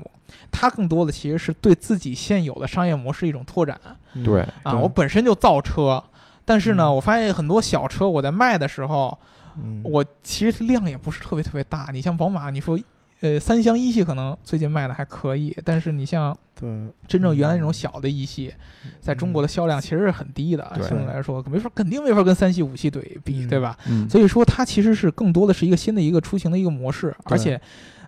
它更多的其实是对自己现有的商业模式一种拓展。
对，
啊，
对
我本身就造车，但是呢，
嗯
我发现很多小车我在卖的时候，
嗯
我其实量也不是特别特别大。你像宝马，你说。呃，三厢一系可能最近卖的还可以，但是你像
对
真正原来那
嗯
种小的一系，在中国的销量其实是很低的，
对
相对来说没法肯定没法跟三系、五系对比，
嗯
对吧？
嗯
所以说它其实是更多的是一个新的一个出行的一个模式，而且，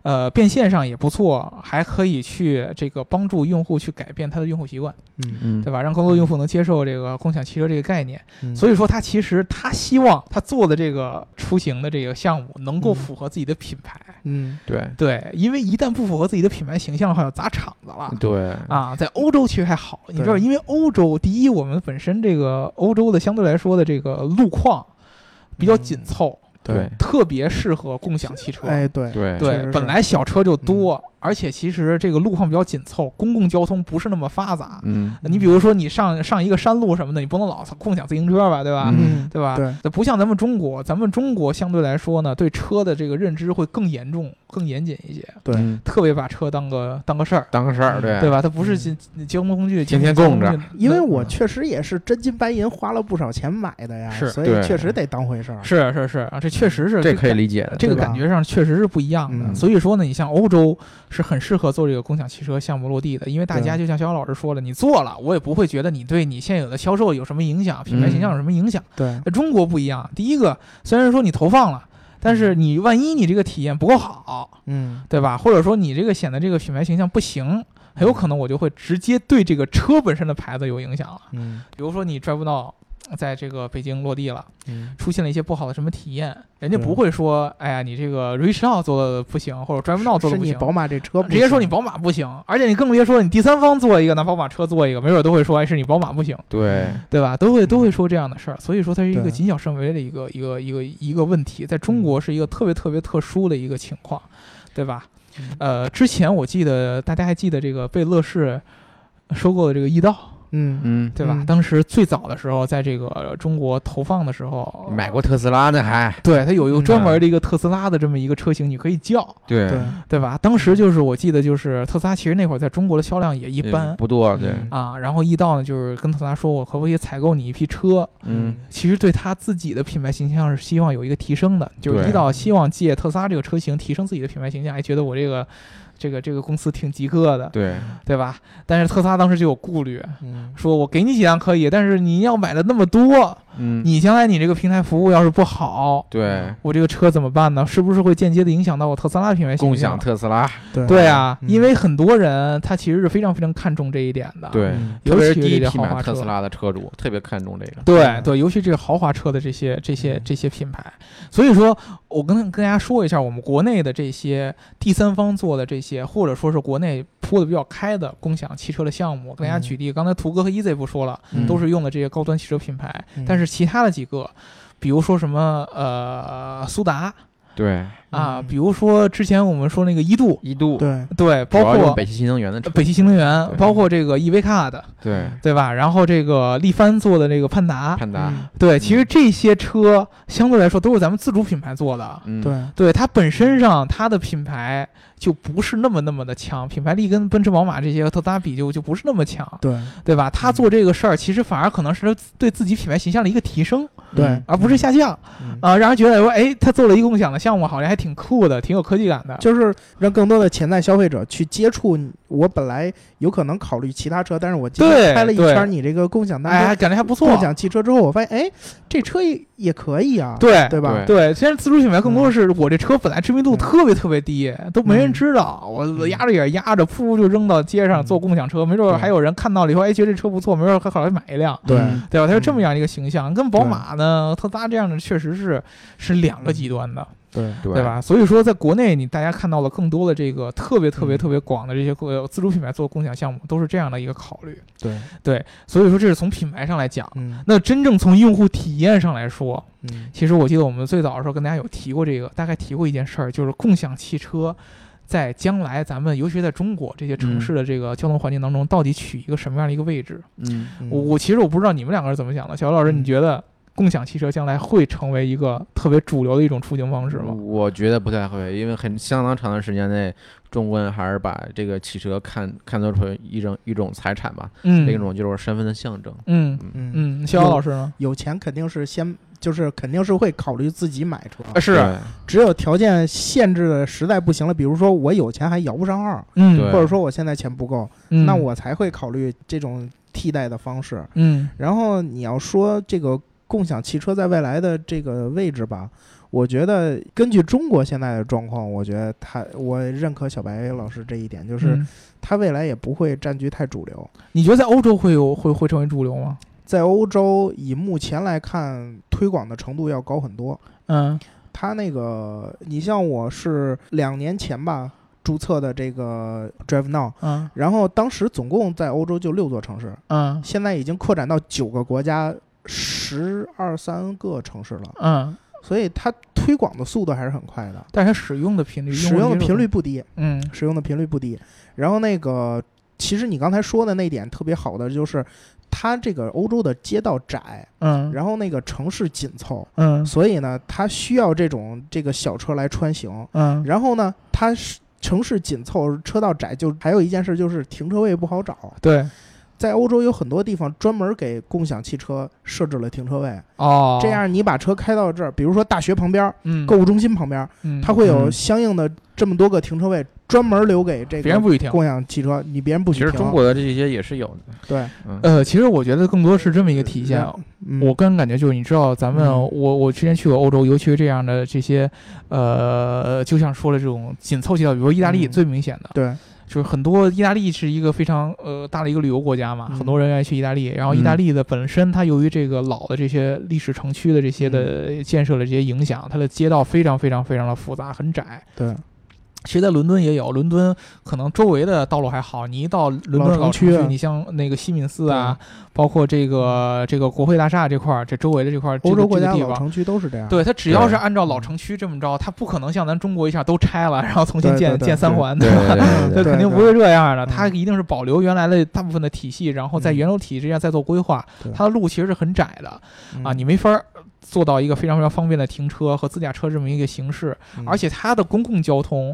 呃，变现上也不错，还可以去这个帮助用户去改变他的用户习惯。
嗯
嗯
对吧？让更多用户能接受这个共享汽车这个概念。
嗯，
所
以
以说，他其实他希望他做的这个出行的这个项目能够
嗯
符合自己的品牌。
嗯
对
对，因为一旦不符合自己的品牌形象的话，要砸场子了。
对
啊，在欧洲其实还好，你知道，
嗯对
因为欧洲第一，我们本身这个欧洲的相对来说的这个路况比较紧凑，
对
特别适合共享汽车。
嗯哎对确
对
对
实，是嗯
本来小车就多，而且其实这个路况比较紧凑，公共交通不是那么发达。
嗯
你比如说你上上一个山路什么的，你不能老共享自行车吧，对吧？
嗯
对吧？
对
这不像咱们中国，咱们中国相对来说呢，对车的这个认知会更严重、更严谨一些，
对
嗯
特别把车当个当个事儿，
当个事儿啊对嗯
对吧？它不是交交通工具，
天天
交通工具
供
因为我
嗯
确实也是真金白银花了不少钱买的呀，
是
所以
对
确实得当回事儿。
是是是啊，这确实是
这可以
感
理解的。
这个
对吧
感觉上确实是不一样的。
嗯
所以说呢，你像欧洲是很适合做这个共享汽车项目落地的，因为大家
对
就像肖老师说了，你做了，我也不会觉得你对你现有的销售有什么影响，品牌形象有什么影响。
对，
在中国不一样，第一个虽然说你投放了，但是你万一你这个体验不够好，
嗯，
对吧？或者说你这个显得这个品牌形象不行，很有可能我就会直接对这个车本身的牌子有影响了。
嗯
比如说你 drive now 在这个北京落地了，
嗯
出现了一些不好的什么体验，人家
对
不会说，哎呀，你这个 reach now 做的不行，或者 drive now 做的
是
不
你
行。
宝马这车不
直接说你
行
宝马不行，而且你更别说你第三方做一个，拿宝马车做一个，没准都会说哎是你宝马不行，
对
对吧？都会都会说这样的事儿，所以说它是一个
对
谨小慎微的一个一个一个一个问题，在中国是一个特别特别特殊的一个情况，对吧
嗯？
呃，之前我记得大家还记得这个被乐视收购的这个易道，
嗯
嗯，
对吧？
嗯
当时最早的时候，在这个中国投放的时候，
嗯
呃
买过特斯拉呢还
对，它有一个
嗯
专门的一个特斯拉的这么一个车型，你可以叫，
对
对
对吧？当时就是我记得就是特斯拉，其实那会儿在中国的销量也一般
嗯不多对
嗯
啊。然后易道呢，就是跟特斯拉说，我可不可以采购你一批车？
嗯
其实对他自己的品牌形象是希望有一个提升的，就是
对
易道希望借特斯拉这个车型提升自己的品牌形象，还觉得我这个这个这个公司挺极客的，
对
对吧？但是特斯拉当时就有顾虑，
嗯
说我给你几辆可以，但是你要买的那么多，
嗯
你将来你这个平台服务要是不好，
对
我这个车怎么办呢？是不是会间接的影响到我特斯拉的品牌形
共
象
享？特斯拉
对
对啊，
嗯
因为很多人他其实是非常非常看重这一点的。
对
嗯，
尤
特别是
其
第一
这
批
豪华
买特
车
斯拉的车主特别看重这个。
对对，尤其这个豪华车的这些这些
嗯
这些品牌，所以说我跟跟大家说一下，我们国内的这些第三方做的这些，或者说是国内铺的比较开的共享汽车的项目，我跟大家
嗯
举例，刚才图哥和 EZ 不说了，
嗯
都是用的这些高端汽车品牌，但是其他的几个，比如说什么呃苏达
对，
啊，
嗯
比如说之前我们说那个一度，
一度
对
对，
主
包
要用
括
北汽新能源的车
呃。北汽新能源，
对
包括这个依维柯的，
对，
对吧？然后这个力帆做的这个盼达，
汉达，
对，其实
嗯
这些车相对来说都是咱们自主品牌做的。
嗯，
对
对它本身上，它的品牌就不是那么那么的强，品牌力跟奔驰、宝马这些和特斯拉比就就不是那么强，
对
对吧？
嗯
它做这个事儿，其实反而可能是它对自己品牌形象的一个提升，
对
而不是下降。
嗯
啊，让人觉得说，哎，他做了一个共享的项目，好像还挺酷的，挺有科技感的。
就是让更多的潜在消费者去接触我本来有可能考虑其他车，但是我今天
对
开了一
对
圈你这个共享单车，
哎，感觉还不错
共。享汽车之后，我发现哎，这车也也可以啊，
对
对吧？
对
对，现在自主品牌更多的是我这车本来知名度
嗯
特别特别低，都没人
嗯
知道，我压着也压着，噗就扔到街上
嗯
坐共享车，没准儿
对
还有人看到了以后，哎，觉得这车不错，没准儿还考虑买一辆。
对
嗯
对吧？它是这
嗯
么样一个形象，跟宝马呢、特斯拉这样的确实是是两个极端的，
嗯对
对
对？吧？所以说，在国内你大家看到了更多的这个特别
嗯
特别特别广的这些呃自主品牌做共享项目，都是这样的一个考虑。
对，
对，所以说这是从品牌上来讲。
嗯
那真正从用户体验上来说，
嗯
其实我记得我们最早的时候跟大家有提过这个，大概提过一件事儿，就是共享汽车在将来咱们尤其在中国这些城市的这个交通环境当中，到底取一个什么样的一个位置？
嗯，
嗯
我我其实我不知道你们两个人怎么想的，小姚老师，
嗯
你觉得共享汽车将来会成为一个特别主流的一种出行方式吗？
我觉得不太会，因为很相当长的时间内，中国人还是把这个汽车看看作成一种一种财产吧，
嗯，
另一种就是身份的象征。
嗯
嗯
嗯，逍遥老师呢？
有钱肯定是先就是肯定是会考虑自己买车，
是，
只有条件限制的实在不行了，比如说我有钱还摇不上号，
嗯，
对
或者说我现在钱不够，
嗯
那我才会考虑这种替代的方式。
嗯
然后你要说这个共享汽车在未来的这个位置吧，我觉得根据中国现在的状况，我觉得它我认可小白老师这一点，就是
嗯
它未来也不会占据太主流。
你觉得在欧洲会有会会成为主流吗？
在欧洲，以目前来看，推广的程度要高很多。
嗯
它那个，你像我是两年前吧注册的这个 Drive Now，
嗯
然后当时总共在欧洲就六座城市，
嗯
现在已经扩展到九个国家、十二三个城市了，
嗯，
所以它推广的速度还是很快的，
但是它使用的频率，
使用的频率，不低，
嗯
使用的频率不低。然后那个，其实你刚才说的那点特别好的就是，它这个欧洲的街道窄，
嗯
然后那个城市紧凑，
嗯
所以呢，它需要这种这个小车来穿行。
嗯，
然后呢，它是城市紧凑，车道窄，就还有一件事就是停车位不好找。
对
在欧洲有很多地方专门给共享汽车设置了停车位，
哦，
这样你把车开到这儿，比如说大学旁边、
嗯
购物中心旁边，
嗯
它会有
嗯
相应的这么多个停车位，专门留给这
别人
个
不许停。
共享汽车，你别人不
其
许
实
停。
中国的这些也是有的。
对，
嗯，
呃，其实我觉得更多是这么一个体现，
嗯
我个人感觉就是，你知道，咱们、
嗯
我我之前去过欧洲，尤其是这样的这些，呃，就像说了这种紧凑街道，比如说意大利
嗯
最明显的，
对，
就是很多意大利是一个非常呃大的一个旅游国家嘛，
嗯
很多人愿意去意大利。然后意大利的本身，它由于这个老的这些历史城区的这些
嗯
的建设的这些影响，它的街道非常非常非常的复杂，很窄。
对，
其实，在伦敦也有，伦敦可能周围的道路还好，你一到伦敦的
老
老
城区
城
啊
你像那个西敏寺啊，包括这个这个国会大厦这块儿，这周围的这块儿，
欧
这
洲
个
国家
这个地
老
方。
城嗯区都是这样。
对它只要是
对
按照老城区这么着，它不可能像咱中国一下都拆了，然后重新
对
建
对对
建三环，
对
吧？
对
这
对
对
肯定不是这样的，
对
它一定是保留原来的大部分的体系，然后在
嗯
原有体系之下再做规划
对。
它的路其实是很窄的
嗯
啊，你没法儿做到一个非常非常方便的停车和自驾车这么一个形式，
嗯
而且它的公共交通。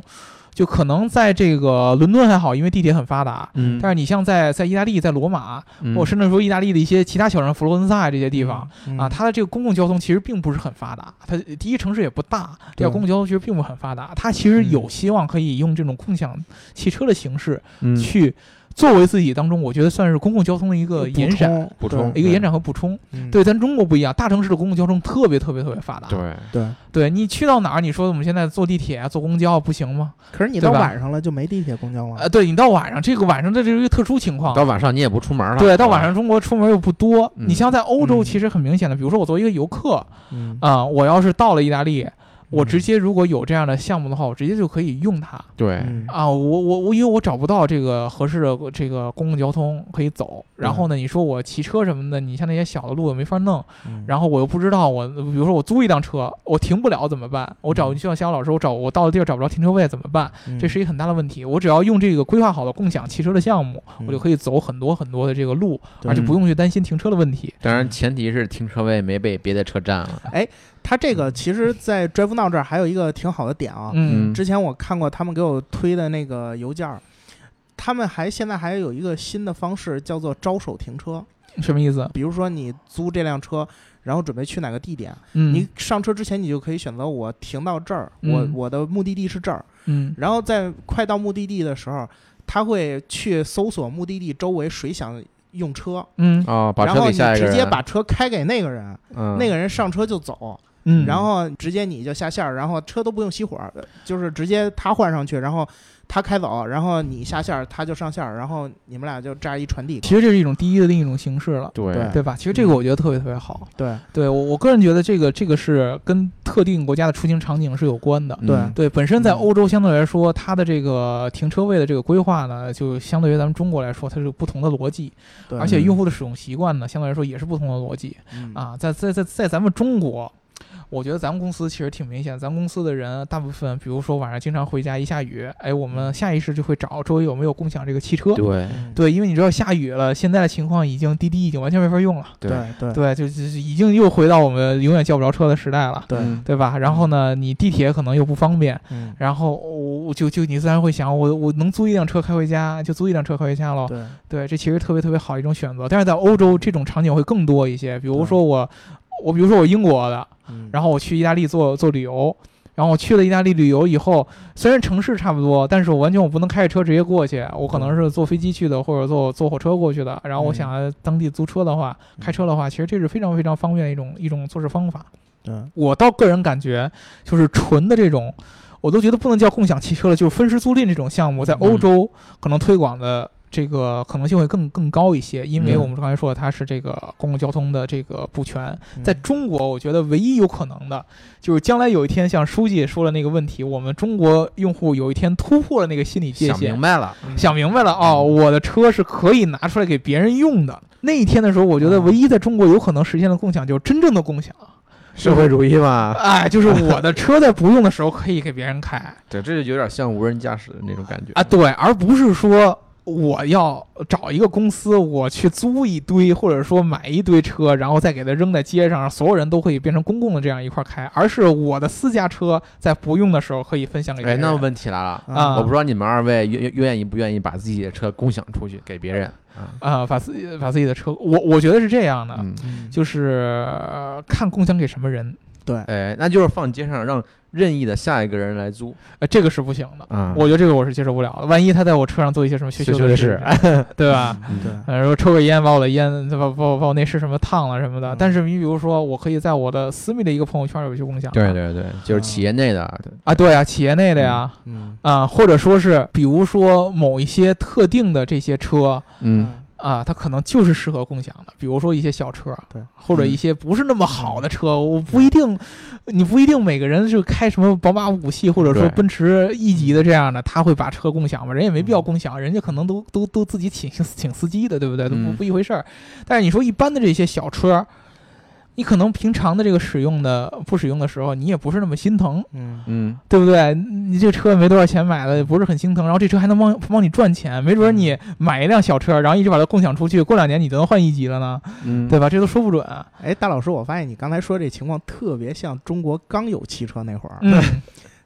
就可能在这个伦敦还好，因为地铁很发达。
嗯
但是你像在在意大利，在罗马，
是
或者甚至说意大利的一些其他小城，佛罗伦萨这些地方，
嗯
啊，它的这个公共交通其实并不是很发达，它第一城市也不大，第二
对
公共交通其实并不很发达，它其实有
嗯
希望可以用这种共享汽车的形式
嗯
去作为自己当中，我觉得算是公共交通的一个
补
延展，
充
补充
一个延展和补充。
嗯
对，咱中国不一样，大城市的公共交通特别特别特别发达。
对，
对。
对你去到哪儿，你说我们现在坐地铁啊、坐公交不行吗？
可是你到
对吧
晚上了就没地铁公交了
呃，。对你到晚上，这个晚上这就是一个特殊情况
到。晚上你也不出门了。
对，到晚上中国出门又不多。你
嗯
像在欧洲，
嗯
其实很明显的，比如说我作为一个游客，
嗯
啊、我要是到了意大利，我直
嗯
接如果有这样的项目的话，我直接就可以用它
对，
嗯
啊。我我我，因为我找不到这个合适的这个公共交通可以走，然后呢，你说我骑车什么的，你像那些小的路我没法弄，
嗯
然后我又不知道我，比如说我租一辆车，我停不了怎么办？我找
嗯
就像肖老师，我找我到的地儿找不着停车位怎么办？
嗯
这是一个很大的问题。我只要用这个规划好的共享汽车的项目，我就可以走很多很多的这个路，
嗯对
而且不用去担心停车的问题。
当然前提是停车位没被别的车占了。
它这个其实，在 Drive Now 这儿还有一个挺好的点啊。
嗯
嗯
之前我看过他们给我推的那个邮件儿，他们还现在还有一个新的方式叫做招手停车。
什么意思？
比如说你租这辆车，然后准备去哪个地点，
嗯，
你上车之前你就可以选择我停到这儿，
嗯
我我的目的地是这儿，
嗯
然后在快到目的地的时候。他会去搜索目的地周围谁想用车，
嗯
啊，把
然
车
后
给
你
下一个
直
人，
接把车开给那个人，
嗯
那个人上车就走，
嗯，
然后直接你就下线儿，然后车都不用熄火，呃就是直接他换上去，然后他开走，然后你下线儿，他就上线儿，然后你们俩就这样一传递。
其实这是一种第一的另一种形式了。
对
对嗯
对吧？其实这个我觉得特别特别好。
对
对我我个人觉得这个这个是跟特定国家的出行场景是有关的。
嗯
对
对，本身在
嗯
欧洲相对来说，它的这个停车位的这个规划呢，就相对于咱们中国来说，它是有不同的逻辑，
对，
而且用户的使用习惯呢，相对来说也是不同的逻辑
嗯，
啊。在在在在咱们中国，我觉得咱们公司其实挺明显，咱们公司的人大部分，比如说晚上经常回家一下雨，哎，我们下意识就会找周围有没有共享这个汽车。
对
嗯
对，因为你知道下雨了，现在的情况已经滴滴已经完全没法用了。
对对
对，就就是已经又回到我们永远叫不着车的时代了，
对
嗯
对吧？然后呢，你地铁可能又不方便，
嗯
然后我我就就你自然会想，我我能租一辆车开回家，就租一辆车开回家喽。
对
对，这其实特别特别好一种选择。但是在欧洲，这种场景会更多一些。比如说我，我比如说我英国的，
嗯
然后我去意大利做做旅游，然后我去了意大利旅游以后，虽然城市差不多，但是我完全我不能开着车直接过去，我可能是坐飞机去的，或者坐坐火车过去的。然后我
嗯
想要当地租车的话，开车的话，其实这是非常非常方便的一种一种做事方法。
对嗯
我倒个人感觉，就是纯的这种，我都觉得不能叫共享汽车了，就是分时租赁这种项目，在欧洲
嗯
可能推广的这个可能性会更更高一些，因为
嗯
我们刚才说的它是这个公共交通的这个补全。
嗯
在中国，我觉得唯一有可能的就是将来有一天，像书记说的那个问题，我们中国用户有一天突破了那个心理界
想
限
明，白嗯了，
想明白了哦，我的车是可以拿出来给别人用的。那一天的时候，我觉
嗯
得唯一在中国有可能实现的共享就是真正的共享。
社会主义 (laughs) 嘛，
哎，就是我的车在不用的时候可以给别人开
对，这就有点像无人驾驶的那种感觉
啊，对，而不是说我要找一个公司，我去租一堆，或者说买一堆车，然后再给它扔在街上，所有人都可以变成公共的这样一块开，而是我的私家车在不用的时候可以分享给别
哎，
人。
那问题来了，
啊
我不知道你们二位愿愿愿意不愿意把自己的车共享出去给别人啊？
啊、把自己把自己的车，我我觉得是这样的，
嗯，
嗯
就是、呃看共享给什么人，
对
哎，那就是放街上让任意的下一个人来租
呃，这个是不行的。
啊。
我觉得这个我是接受不了的，万一他在我车上做一些什么羞
羞
羞
羞的
事
事，
对吧？
嗯对
呃，说抽个烟把我的烟，把把把我那是什么烫了什么的。
嗯
但是你比如说，我可以在我的私密的一个朋友圈里去共享。
对对对，就是企业内的，
啊，对啊，企业内的呀，
嗯
啊、或者说是比如说某一些特定的这些车
嗯，
啊、它可能就是适合共享的，比如说一些小车，
对，
或
嗯
者一些不是那么好的车，我不一定，你不一定每个人就开什么宝马五系或者说
对嗯
奔驰 E 级的这样的，他会把车共享吗？人也没必要共享，人家可能都都都自己请请司机的，对不对？都不
嗯
不一回事儿。但是你说一般的这些小车，你可能平常的这个使用的不使用的时候，你也不是那么心疼，
嗯
嗯，
对不对？你这车没多少钱买的，也不是很心疼，然后这车还能帮帮你赚钱，没准你买一辆小车，然后一直把它共享出去，过两年你就能换一级了呢，
嗯，
对吧？这都说不准。
哎，大老师，我发现你刚才说这情况特别像中国刚有汽车那会儿，
嗯，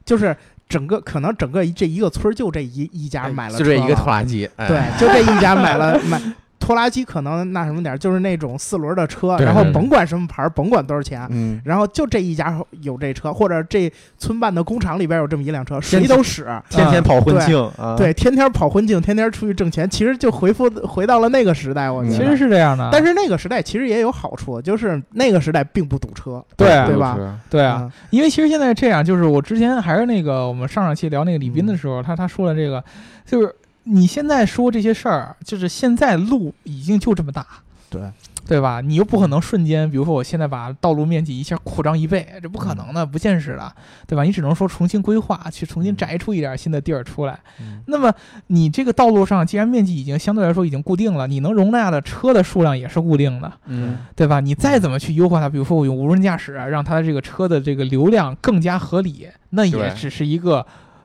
就是整个可能整个这一个村儿就这一一家
哎
买了车
就这一
了
个拖拉机，哎
对，就这一家买了买拖拉机，可能那什么点儿，就是那种四轮的车，
对
然后
对对
甭管什么牌儿，甭管多少钱，
嗯，
然后就这一家有这车，或者这村办的工厂里边有这么一辆车，谁都使，
天啊天跑婚
对
庆啊，
对，天天跑婚庆，天天出去挣钱，其实就回复回到了那个时代，我觉得。
其实是这样的，
但是那个时代其实也有好处，就是那个时代并不堵车，
对啊
对吧？
吧？
对
对
啊，，因为其实现在这样，就是我之前还是那个我们上上期聊那个李斌
嗯
的时候，他他说了这个，就是你现在说这些事儿，就是现在路已经就这么大，
对
对吧？你又不可能瞬间，比如说我现在把道路面积一下扩张一倍，这不
嗯
可能的，不现实的，对吧？你只能说重新规划，去重新摘出一点新的地儿出来。
嗯
那么你这个道路上，既然面积已经相对来说已经固定了，你能容纳的车的数量也是固定的，
嗯，
对吧？你再怎么去优化它，比如说我用无人驾驶啊，让它的这个车的这个流量更加合理，那也
对
只是一个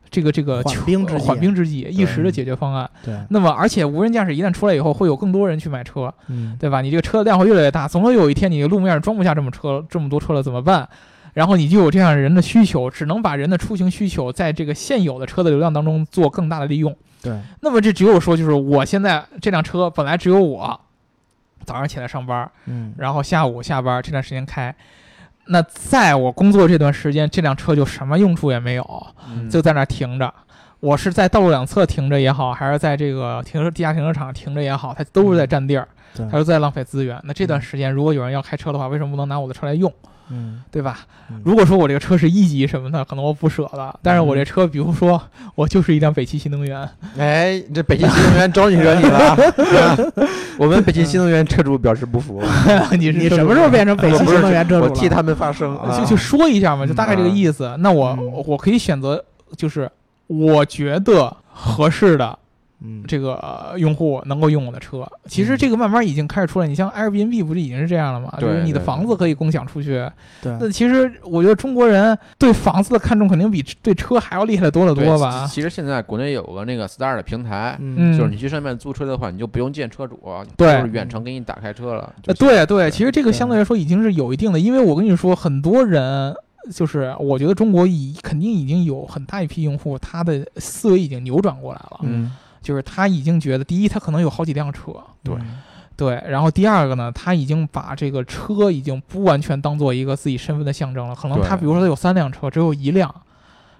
这个这个
缓兵之计
缓兵之计，一时的解决方案。
对，
那么，而且无人驾驶一旦出来以后，会有更多人去买车，
嗯，
对吧？你这个车的量会越来越大，总有有一天你的路面装不下这么车这么多车了，怎么办？然后你就有这样人的需求，只能把人的出行需求在这个现有的车的流量当中做更大的利用。
对，
那么这只有说，就是我现在这辆车本来只有我早上起来上班，
嗯，
然后下午下班这段时间开。那
嗯
嗯
在我工作这段时间，这辆车就什么用处也没有，就在那儿停着。我是在道路两侧停着也好，还是在这个停车地下停车场停着也好，它都是在占地儿，
嗯对
它，是在浪费资源。那这段
嗯
时间如果有人要开车的话，为什么不能拿我的车来用，
嗯，
对吧
嗯？
如果说我这个车是一级什么的，可能我不舍得，但是我这车，比如说我就是一辆北汽新能
(laughs)
源，
哎，这北汽新能 (laughs) 源招你惹你了啊？啊 (laughs) 我们北汽新能源车主表示不服，
你是
你
车
什
主
么时候变成北
我
汽
不
新
是
能源车主
我
了？
替他们发声啊
就！就说一下嘛，就大概这个
嗯
意思。那我
嗯
我可以选择，就是我觉得合适的
嗯，
这个呃用户能够用我的车。其实
嗯
这个慢慢已经开始出来，你像 Airbnb 不是已经是这样了吗？就是
对
你的
对嗯
房子可以共享出去。那
对，
其实我觉得中国人对房子的看重肯定比对车还要厉害的多得多
对
吧
其？其实现在国内有个那个 Star 的平台，
嗯
嗯，
就是你去上面租车的话，你就不用见车主，
对
就是远程给你打开车了。
呃，
就行
对对，其实这个
对
相对来说已经是有一定的，因为我跟你说，很多人就是我觉得中国已肯定已经有很大一批用户，他的思维已经扭转过来了，
嗯，
就是他已经觉得，第一，他可能有好几辆车，
对
对，然后第二个呢，他已经把这个车已经不完全当做一个自己身份的象征了，可能
对
他比如说他有三辆车，只有一辆。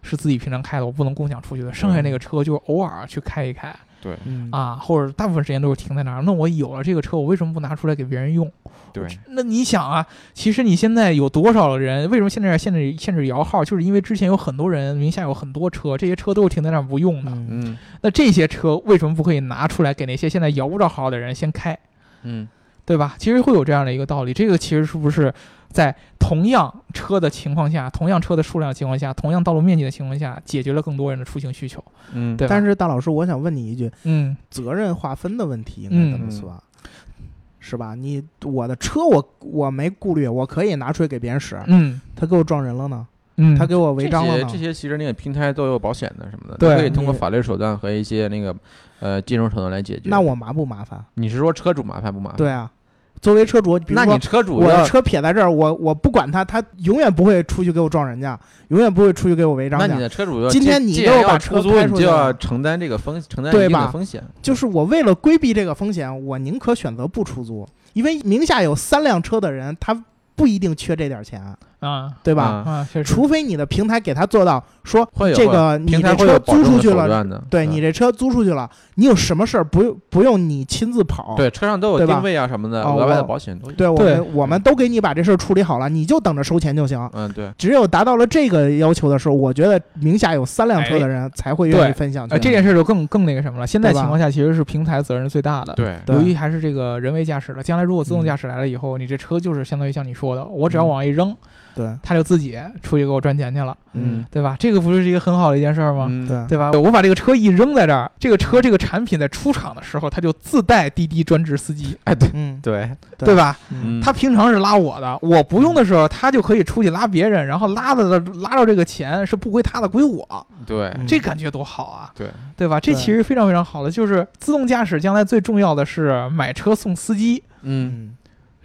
是自己平常开的，我不能共享出去的。剩下那个车就是偶尔去开一开
对
嗯，
啊，或者大部分时间都是停在那儿。那我有了这个车，我为什么不拿出来给别人用？
对，
那你想啊，其实你现在有多少人？为什么现在限制限制摇号？就是因为之前有很多人名下有很多车，这些车都是停在那儿不用的。
嗯
嗯
那这些车为什么不可以拿出来给那些现在摇不着号的人先开，
嗯，
对吧？其实会有这样的一个道理。这个其实是不是在同样车的情况下、同样车的数量的情况下、同样道路面积的情况下，解决了更多人的出行需求？
嗯，
对吧
但是大老师，我想问你一句，
嗯，
责任划分的问题应该
嗯
怎么算？是吧？你我的车我我没顾虑，我可以拿出去给别人使，
嗯
他给我撞人了呢，
嗯，
他给我违章了
这些
呢
这，些其实那个平台都有保险的什么的，
对
可以通过
你
法律手段和一些那个呃金融手段来解决。
那我麻不麻烦？
你是说车主麻烦不麻烦？
对啊，作为车主，比如
啊那
说
你车主
我
要
的，车撇在这儿，我我不管他，他永远不会出去给我撞人家，永远不会出去给我违章
那
去。
你的车主要
今天
既
你
既
给
然
我把
要
车
出租，
开
你
出
就
去
要
了
承担这个风，承担
对
一定
吧
的风险。
就是我为了规避这个风险，我宁可选择不出租，因为名下有三辆车的人，他不一定缺这点钱，
啊
对吧？
啊
啊， (laughs) 确实，
除非你的平台给他做到说
会有
这
会
个你
平台
这
会有
车
保
租
证
出
的
去
手
了，
段的，嗯
对你这车租出去了，你有什么事儿不用不用你亲自跑，
对车上都有
对吧
定位啊什么的，
哦
额外的
我
保险都有。
对，我
对
们我们都给你把这事儿处理好了，你就等着收钱就行。
嗯对，
只有达到了这个要求的时候，我觉得名下有三辆车的人才会愿
对
意分享去。
呃，这件事就更更那个什么了。现在
对吧
情况下，其实是平台责任是最大的。
对
对
由于还是这个人为驾驶了，将来如果自动
嗯
驾驶来了以后，你这车就是相当于像你说的，我只要
嗯
往一扔，
对，
它就自己出去给我赚钱去了，
嗯，
对吧？这个不是一个很好的一件事儿吗？
嗯，
对，
对吧？我把这个车一扔在这儿，这个车这个产品在出厂的时候，它就自带滴滴专职司机，哎，对
嗯，
对，
对
对吧？
嗯
他平常是拉我的，我不用的时候，他就可以出去拉别人，然后拉的拉到这个钱是不归他的，归我，
对
嗯
这感觉多好啊！
对
对吧？这
对
其实非常非常好的，就是自动驾驶将来最重要的是买车送司机，
嗯，
嗯，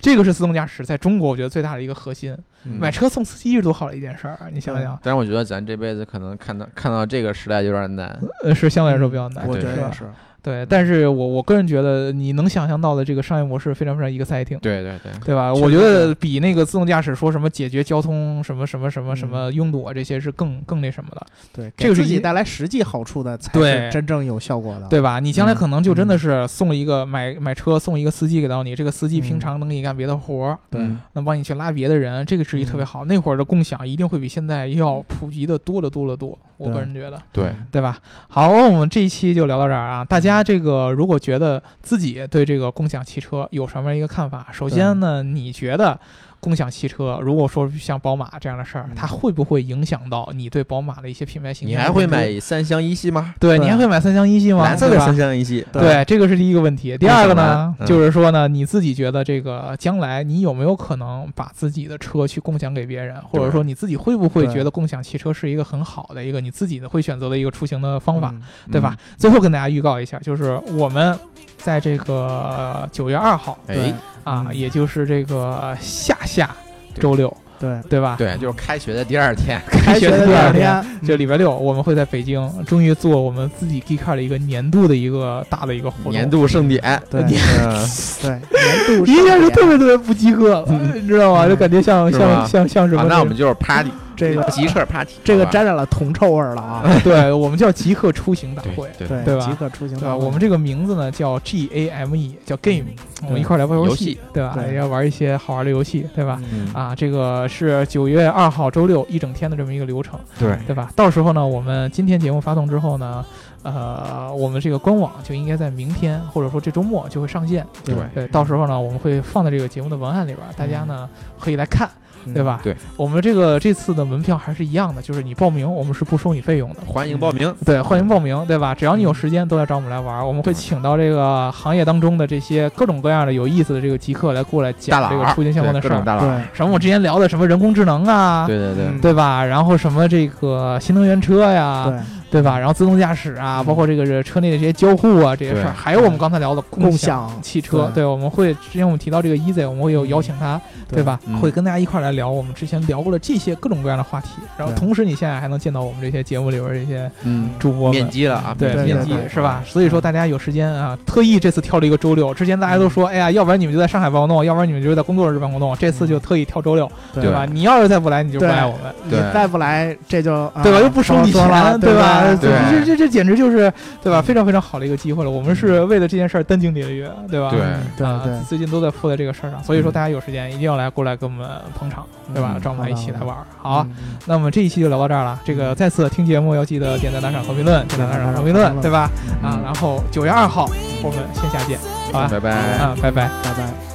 这个是自动驾驶在中国我觉得最大的一个核心。
嗯
买车送司机是多好的一件事儿啊，你想想，
但是我觉得咱这辈子可能看到看到这个时代有点难。
呃，是相对来说比较难。
我觉
对
得
是
也
吧
是。
对，但是我我个人觉得，你能想象到的这个商业模式非常非常 exciting。
对对对，
对吧？
确实
我觉得比那个自动驾驶说什么解决交通什么什么什么什么拥堵啊这些是更更那什么的，
对，
这
给
个是
自己
一
带来实际好处的才
对
是真正有效果的。
对吧？你将来
嗯
可能就真的是送一个买买车送一个司机给到你，这个司机平
嗯
常能给你干别的活儿，
对
嗯
能帮你去拉别的人，这个是一特别好。那会儿的共享一定会比现在要普及的多得多得多，我
对
个人觉得，
对，
嗯
对吧？好，我们这一期就聊到这儿啊。大家这个如果觉得自己对这个共享汽车有什么样一个看法，首先呢，你觉得共享汽车如果说像宝马这样的事儿，
嗯
它会不会影响到你对宝马的一些品牌形象？
你还会？买三厢一系吗？
对，
对
你还会买三厢一系吗？
蓝色的
对吧
三厢一系，
对
对，这个是第一个问题。第二个呢，
嗯
就是说呢，你自己觉得这个将来你有没有可能把自己的车去共享给别人，或者说你自己会不会
对
觉得共享汽车是一个很好的一个你自己的会选择的一个出行的方
嗯，
法，对吧？最后跟大家预告一下，就是我们在这个呃九月二号
嗯？哎
对，
啊，
嗯
也就是这个下下周六，
对，
对啊吧？
对，就是开学的第
(laughs)
二天，
开学的
第
第
二
二
天
天，嗯
这礼拜六我们会在北京，终于做我们自己 G Car 的一个年度的一个大的一个活动。
年度盛典， (laughs)
对
年
嗯
对，年度
(laughs) 一下
盛
就
典
特别特别不及格，你知道吗？就感觉像
是
像
吗
像像什
啊
么？
那我们就是 party，
这个
极客 party，
这个
好吧
沾染了铜臭味儿了啊！
(laughs) 对我们叫极客出行大会，
对
对
对吧
即可出行
对
大
吧？
会
我们这个名字呢叫 G A M E，叫 Game，我们一块儿来玩
游
戏
戏，
对吧？
对
也要玩一些好玩的游戏，对吧？
嗯
嗯
啊，这个是九月二号周六一整天的这么一个流程，
对
对吧？到时候呢，我们今天节目发送之后呢，呃，我们这个官网就应该在明天或者说这周末就会上线。
对嗯
对，到时候呢，我们会放在这个节目的文案里边儿，大家呢可以来看，
嗯
对吧？
对，
我们这个这次的门票还是一样的，就是你报名，我们是不收你费用的。
欢迎报名，
对，欢迎报名，对吧？只要你
嗯
有时间，都来找我们来玩儿。我们会请到这个行业当中的这些各种各样的有意思的这个极客来过来
大
讲
佬
这个出行相关的事
对各
儿
种。大佬，
对，
什么我之前聊的什么人工智能啊，
对对对
嗯
对吧？然后什么这个新能源车呀，
对，
对吧？然后自动驾驶啊，
嗯
包括这个是车内的这些交互啊这些事
对
儿，还有我们刚才聊的
共
享。
享
汽车，
对
对，我们会之前我们提到这个 Easy，我们会有邀请他，
对
对吧？
嗯
会跟大家一块儿来聊我们之前聊过的这些各种各样的话题，然后
对
同时你现在还能见到我们这些节目里边儿这些
嗯，
主播
面
们。
基了啊，
对
对
面
对
基
对
是吧？所以说大家有时间啊，特意这次挑了一个周六。之前大家都说，哎呀，要不然你们就在上海办活动，要不然你们就在工作日办活动。这次
嗯
就特意挑周六，
对
对吧？？你要是再不来，你就不
对
爱我们，
你
对
再不来，这就啊
对吧？又不收你
糟了
钱，
对
吧？
对
对
这这这简直就是对吧？非常非常好的一个机会了。我们是为了这件事儿殚精竭虑，对吧？
对
对
啊
对，
最近都在扑在这个事儿上，所以说
嗯
大家有时间一定要来过来跟我们捧场，对吧？
嗯
找我们一起来玩儿。好，
嗯，嗯
那我们这一期就聊到这儿了。这个再次听节目要记得点赞、打赏和评论，点赞、打赏和评论，对吧？啊，然后九月二号我们线下见，好吧？
拜拜。
啊，拜拜。
拜拜。